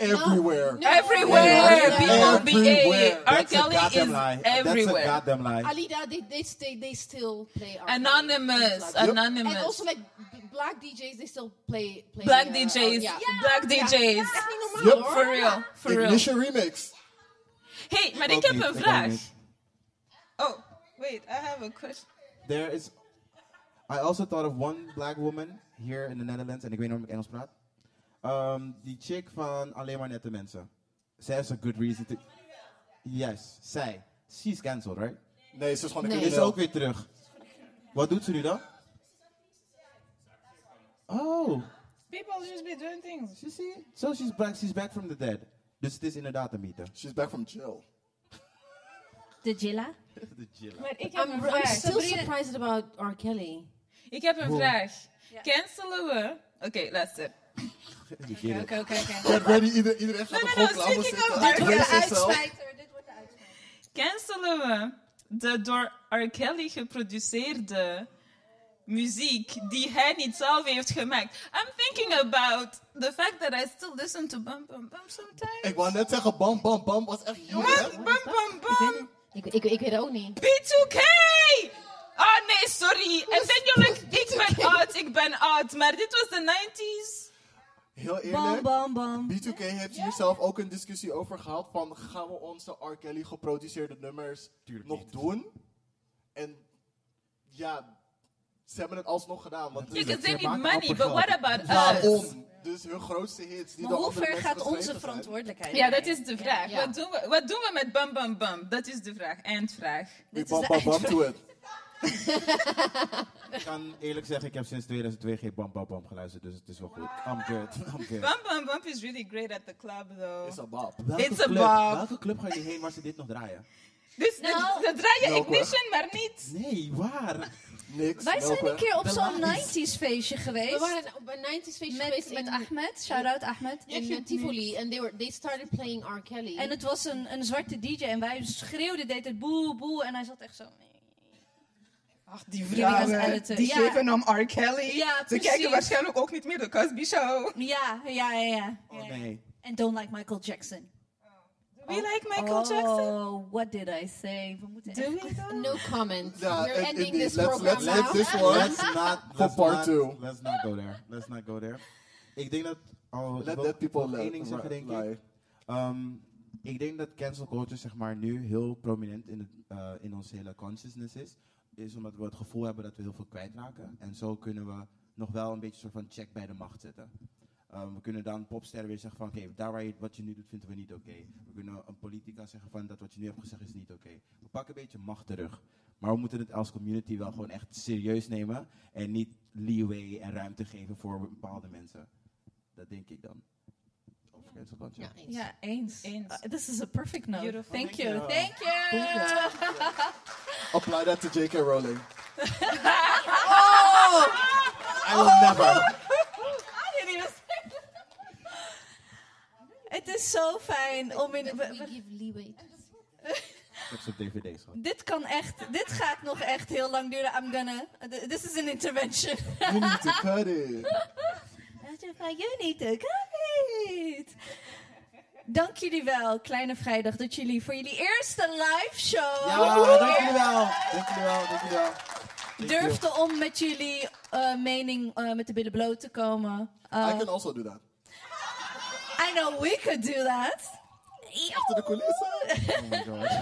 Oh, Everywhere. Nee. Everywhere, Nee. B-O-B-A. Everywhere. R. That's a Kelly goddamn lie. is That's a everywhere. goddamn lie. Alida, they, they, stay, they still play R. Anonymous, Like- anonymous. And also like b- black DJs, they still play. play Black uh, uh, DJs, yeah. black DJs. Yep. For real, for real. Ignition Remix. Hey, maar ik heb niet, een ik ook vraag. niet. Oh, wait, I have a question. There is. I also thought of one black woman here in the Netherlands, en ik weet niet of ik Engels praat. Um, die chick van Alleen maar Nette Mensen. Zij is a good reason to. Yes, zij. She's cancelled, right? Nee, ze is gewoon een Nee. Is crimineel. ze ook weer terug. Wat doet ze nu dan? Oh, People just be doing things. you see? So she's back, she's back from the dead. Dus het is inderdaad een mythe. She's back from jail. De Jilla. De Jilla. Maar ik heb I'm, een I'm vraag. still surprised about R. Kelly. Ik heb een vraag. Cancelen we... Oké, luister. You get it. Oké, oké, oké. Get ready, ieder- iedereen gaat op nee, gewoon nee, klaar zeker zitten. wel. Dit wordt Brace yourself. Dit wordt de uitspraak. Cancelen we de door R. Kelly geproduceerde muziek die hij niet zelf heeft gemaakt? I'm thinking about the fact that I still listen to Bum Bum Bum sometimes. Ik wou net zeggen, bam, bam, bam. Was echt Bum hier. Bum Bum Bum! Ik, ik, ik weet het ook niet. B2K! Oh nee, sorry. En dan jullie, ik ben oud, ik ben oud. Maar dit was de 90s. Heel Bam, eerlijk. bam, bam. B2K heeft hier zelf ook een discussie over gehad van gaan we onze R. Kelly geproduceerde nummers Tuurlijk nog niet. doen? En ja, ze hebben het alsnog gedaan. Want You het can is they need maken money, but appelgeld. what about us? daarom. Dus hun grootste hits die Maar door hoe andere ver mensen gaat onze geschreven zijn. verantwoordelijkheid? Ja, dat is de vraag. Ja. Wat, doen we, wat doen we met Bam Bam Bam? Dat is de vraag. Eindvraag. We Dit is de bump, bump, bump to it. Ik kan eerlijk zeggen, ik heb sinds 2002 geen Bam Bam Bam geluisterd, dus het is wel goed. I'm good, I'm good. Bam Bam Bam is really great at the club, though. Is a bop. Welke It's a club, bop. Welke club ga je heen waar ze dit nog draaien? Dus Nou- dat dat draai je Welke? ignition, maar niet. Nee, waar? Niks. Wij zijn een melkweg. keer op De zo'n laatste. 90s feestje We geweest. waren op een 90s feestje geweest met, in, met Ahmed. Shout-out Ahmed. in eh, Tivoli. En they, were, they started playing R. Kelly. En het was een, een zwarte DJ en wij schreeuwden, deed het boe, boe. En hij zat echt zo. Ach, die vrouwen, Jullie gaan editen, die ja. geven om R. Kelly. Ja, Ze precies. kijken waarschijnlijk ook niet meer de Cosby Show. Ja, ja, ja, ja. Oh nee. En don't like Michael Jackson. We like Michael Jackson. Oh, what did I say? We moeten Do echt- we though? no comment. Ja, We're en- ending indeed. this Let's- program let's- now. let's this one. Let's not, For let's part not- two. Let's not go there. Let's not go there. Ik denk dat... Oh, ik Let wil- dead people ik wil één live. ding zeggen, denk ik. Lie. Ehm, ik denk dat cancel culture zeg maar, nu heel prominent in, het, eh, in onze hele consciousness is. Is omdat we het gevoel hebben dat we heel veel kwijtraken. En zo kunnen we nog wel een beetje soort van check bij de macht zetten. Ehm, we kunnen dan popsterren weer zeggen van oké, daar waar je, wat je nu doet vinden we niet oké. We kunnen een politica zeggen van dat wat je nu hebt gezegd is niet oké. We pakken een beetje macht terug. Maar we moeten het als community wel gewoon echt serieus nemen. En niet leeway en ruimte geven voor bepaalde mensen. Dat denk ik dan. Over cancel culture. Ja, eens. Ja, eens. Eens. Uh, this is a perfect note. Beautiful. Thank, Thank you. you. Thank you. Apply that to J.K. Rowling. I will never. Het is zo fijn om in... But we- we we- give leeway. Ik heb ze op dvd's gehad. Dit kan echt... Dit gaat nog echt heel lang duren. I'm gonna... th- This is an intervention. You need to cut it. You need to it. Dank jullie wel, Kleine Vrijdag, dat jullie voor jullie eerste live show... Ja, dank jullie wel. Dank jullie wel, dank jullie wel. durfde om met jullie eh, mening eh, met de billen bloot te komen. Eh, I can also do that. I know we could do that. Achter de coulissen. Oh my god.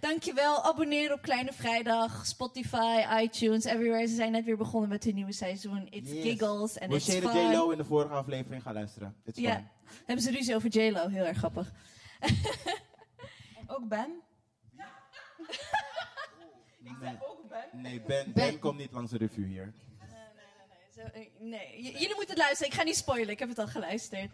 Dankjewel. Abonneer op Kleine Vrijdag, Spotify, iTunes, everywhere. Ze zijn net weer begonnen met hun nieuwe seizoen. It's Yes. giggles en Moet it's je de fun. J-Lo in de vorige aflevering gaan luisteren. It's Ja, fun. hebben ze ruzie over J-Lo. Heel erg grappig. ook Ben. Ik zei ook Ben. Nee, ben, ben komt niet langs de revue hier. Zo, eh, Nee, J- jullie moeten het luisteren. Ik ga niet spoilen. Ik heb het al geluisterd.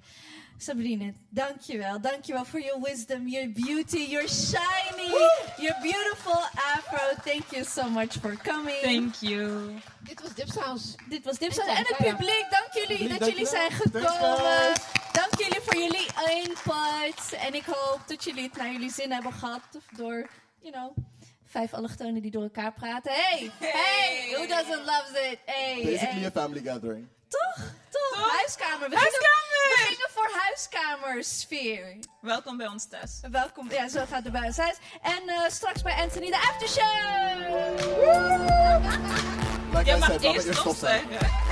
Sabrine, dankjewel. Dankjewel voor your wisdom, your beauty, your shiny, your beautiful afro. Thank you so much for coming. Thank you. Dit was Dipsaus. Dit was Dipsaus. En En het Clara. publiek, dank jullie Publiek, dat jullie zijn dankjewel. gekomen. Dankjewel. Dank jullie voor jullie input. En ik hoop dat jullie het naar jullie zin hebben gehad. Of door, you know, vijf allochtonen die door elkaar praten. Hey, hey, who doesn't love it? Hey, Basically hey. a family gathering. Toch? Toch? Huiskamer. We Gingen, Huiskamer! we gingen voor huiskamersfeer. Welkom bij ons thuis. Welkom. Ja, zo gaat de buis huis. En eh, straks bij Anthony de aftershow. Like Je I mag said, laten we eerst eerst nog stopzetten. zeggen.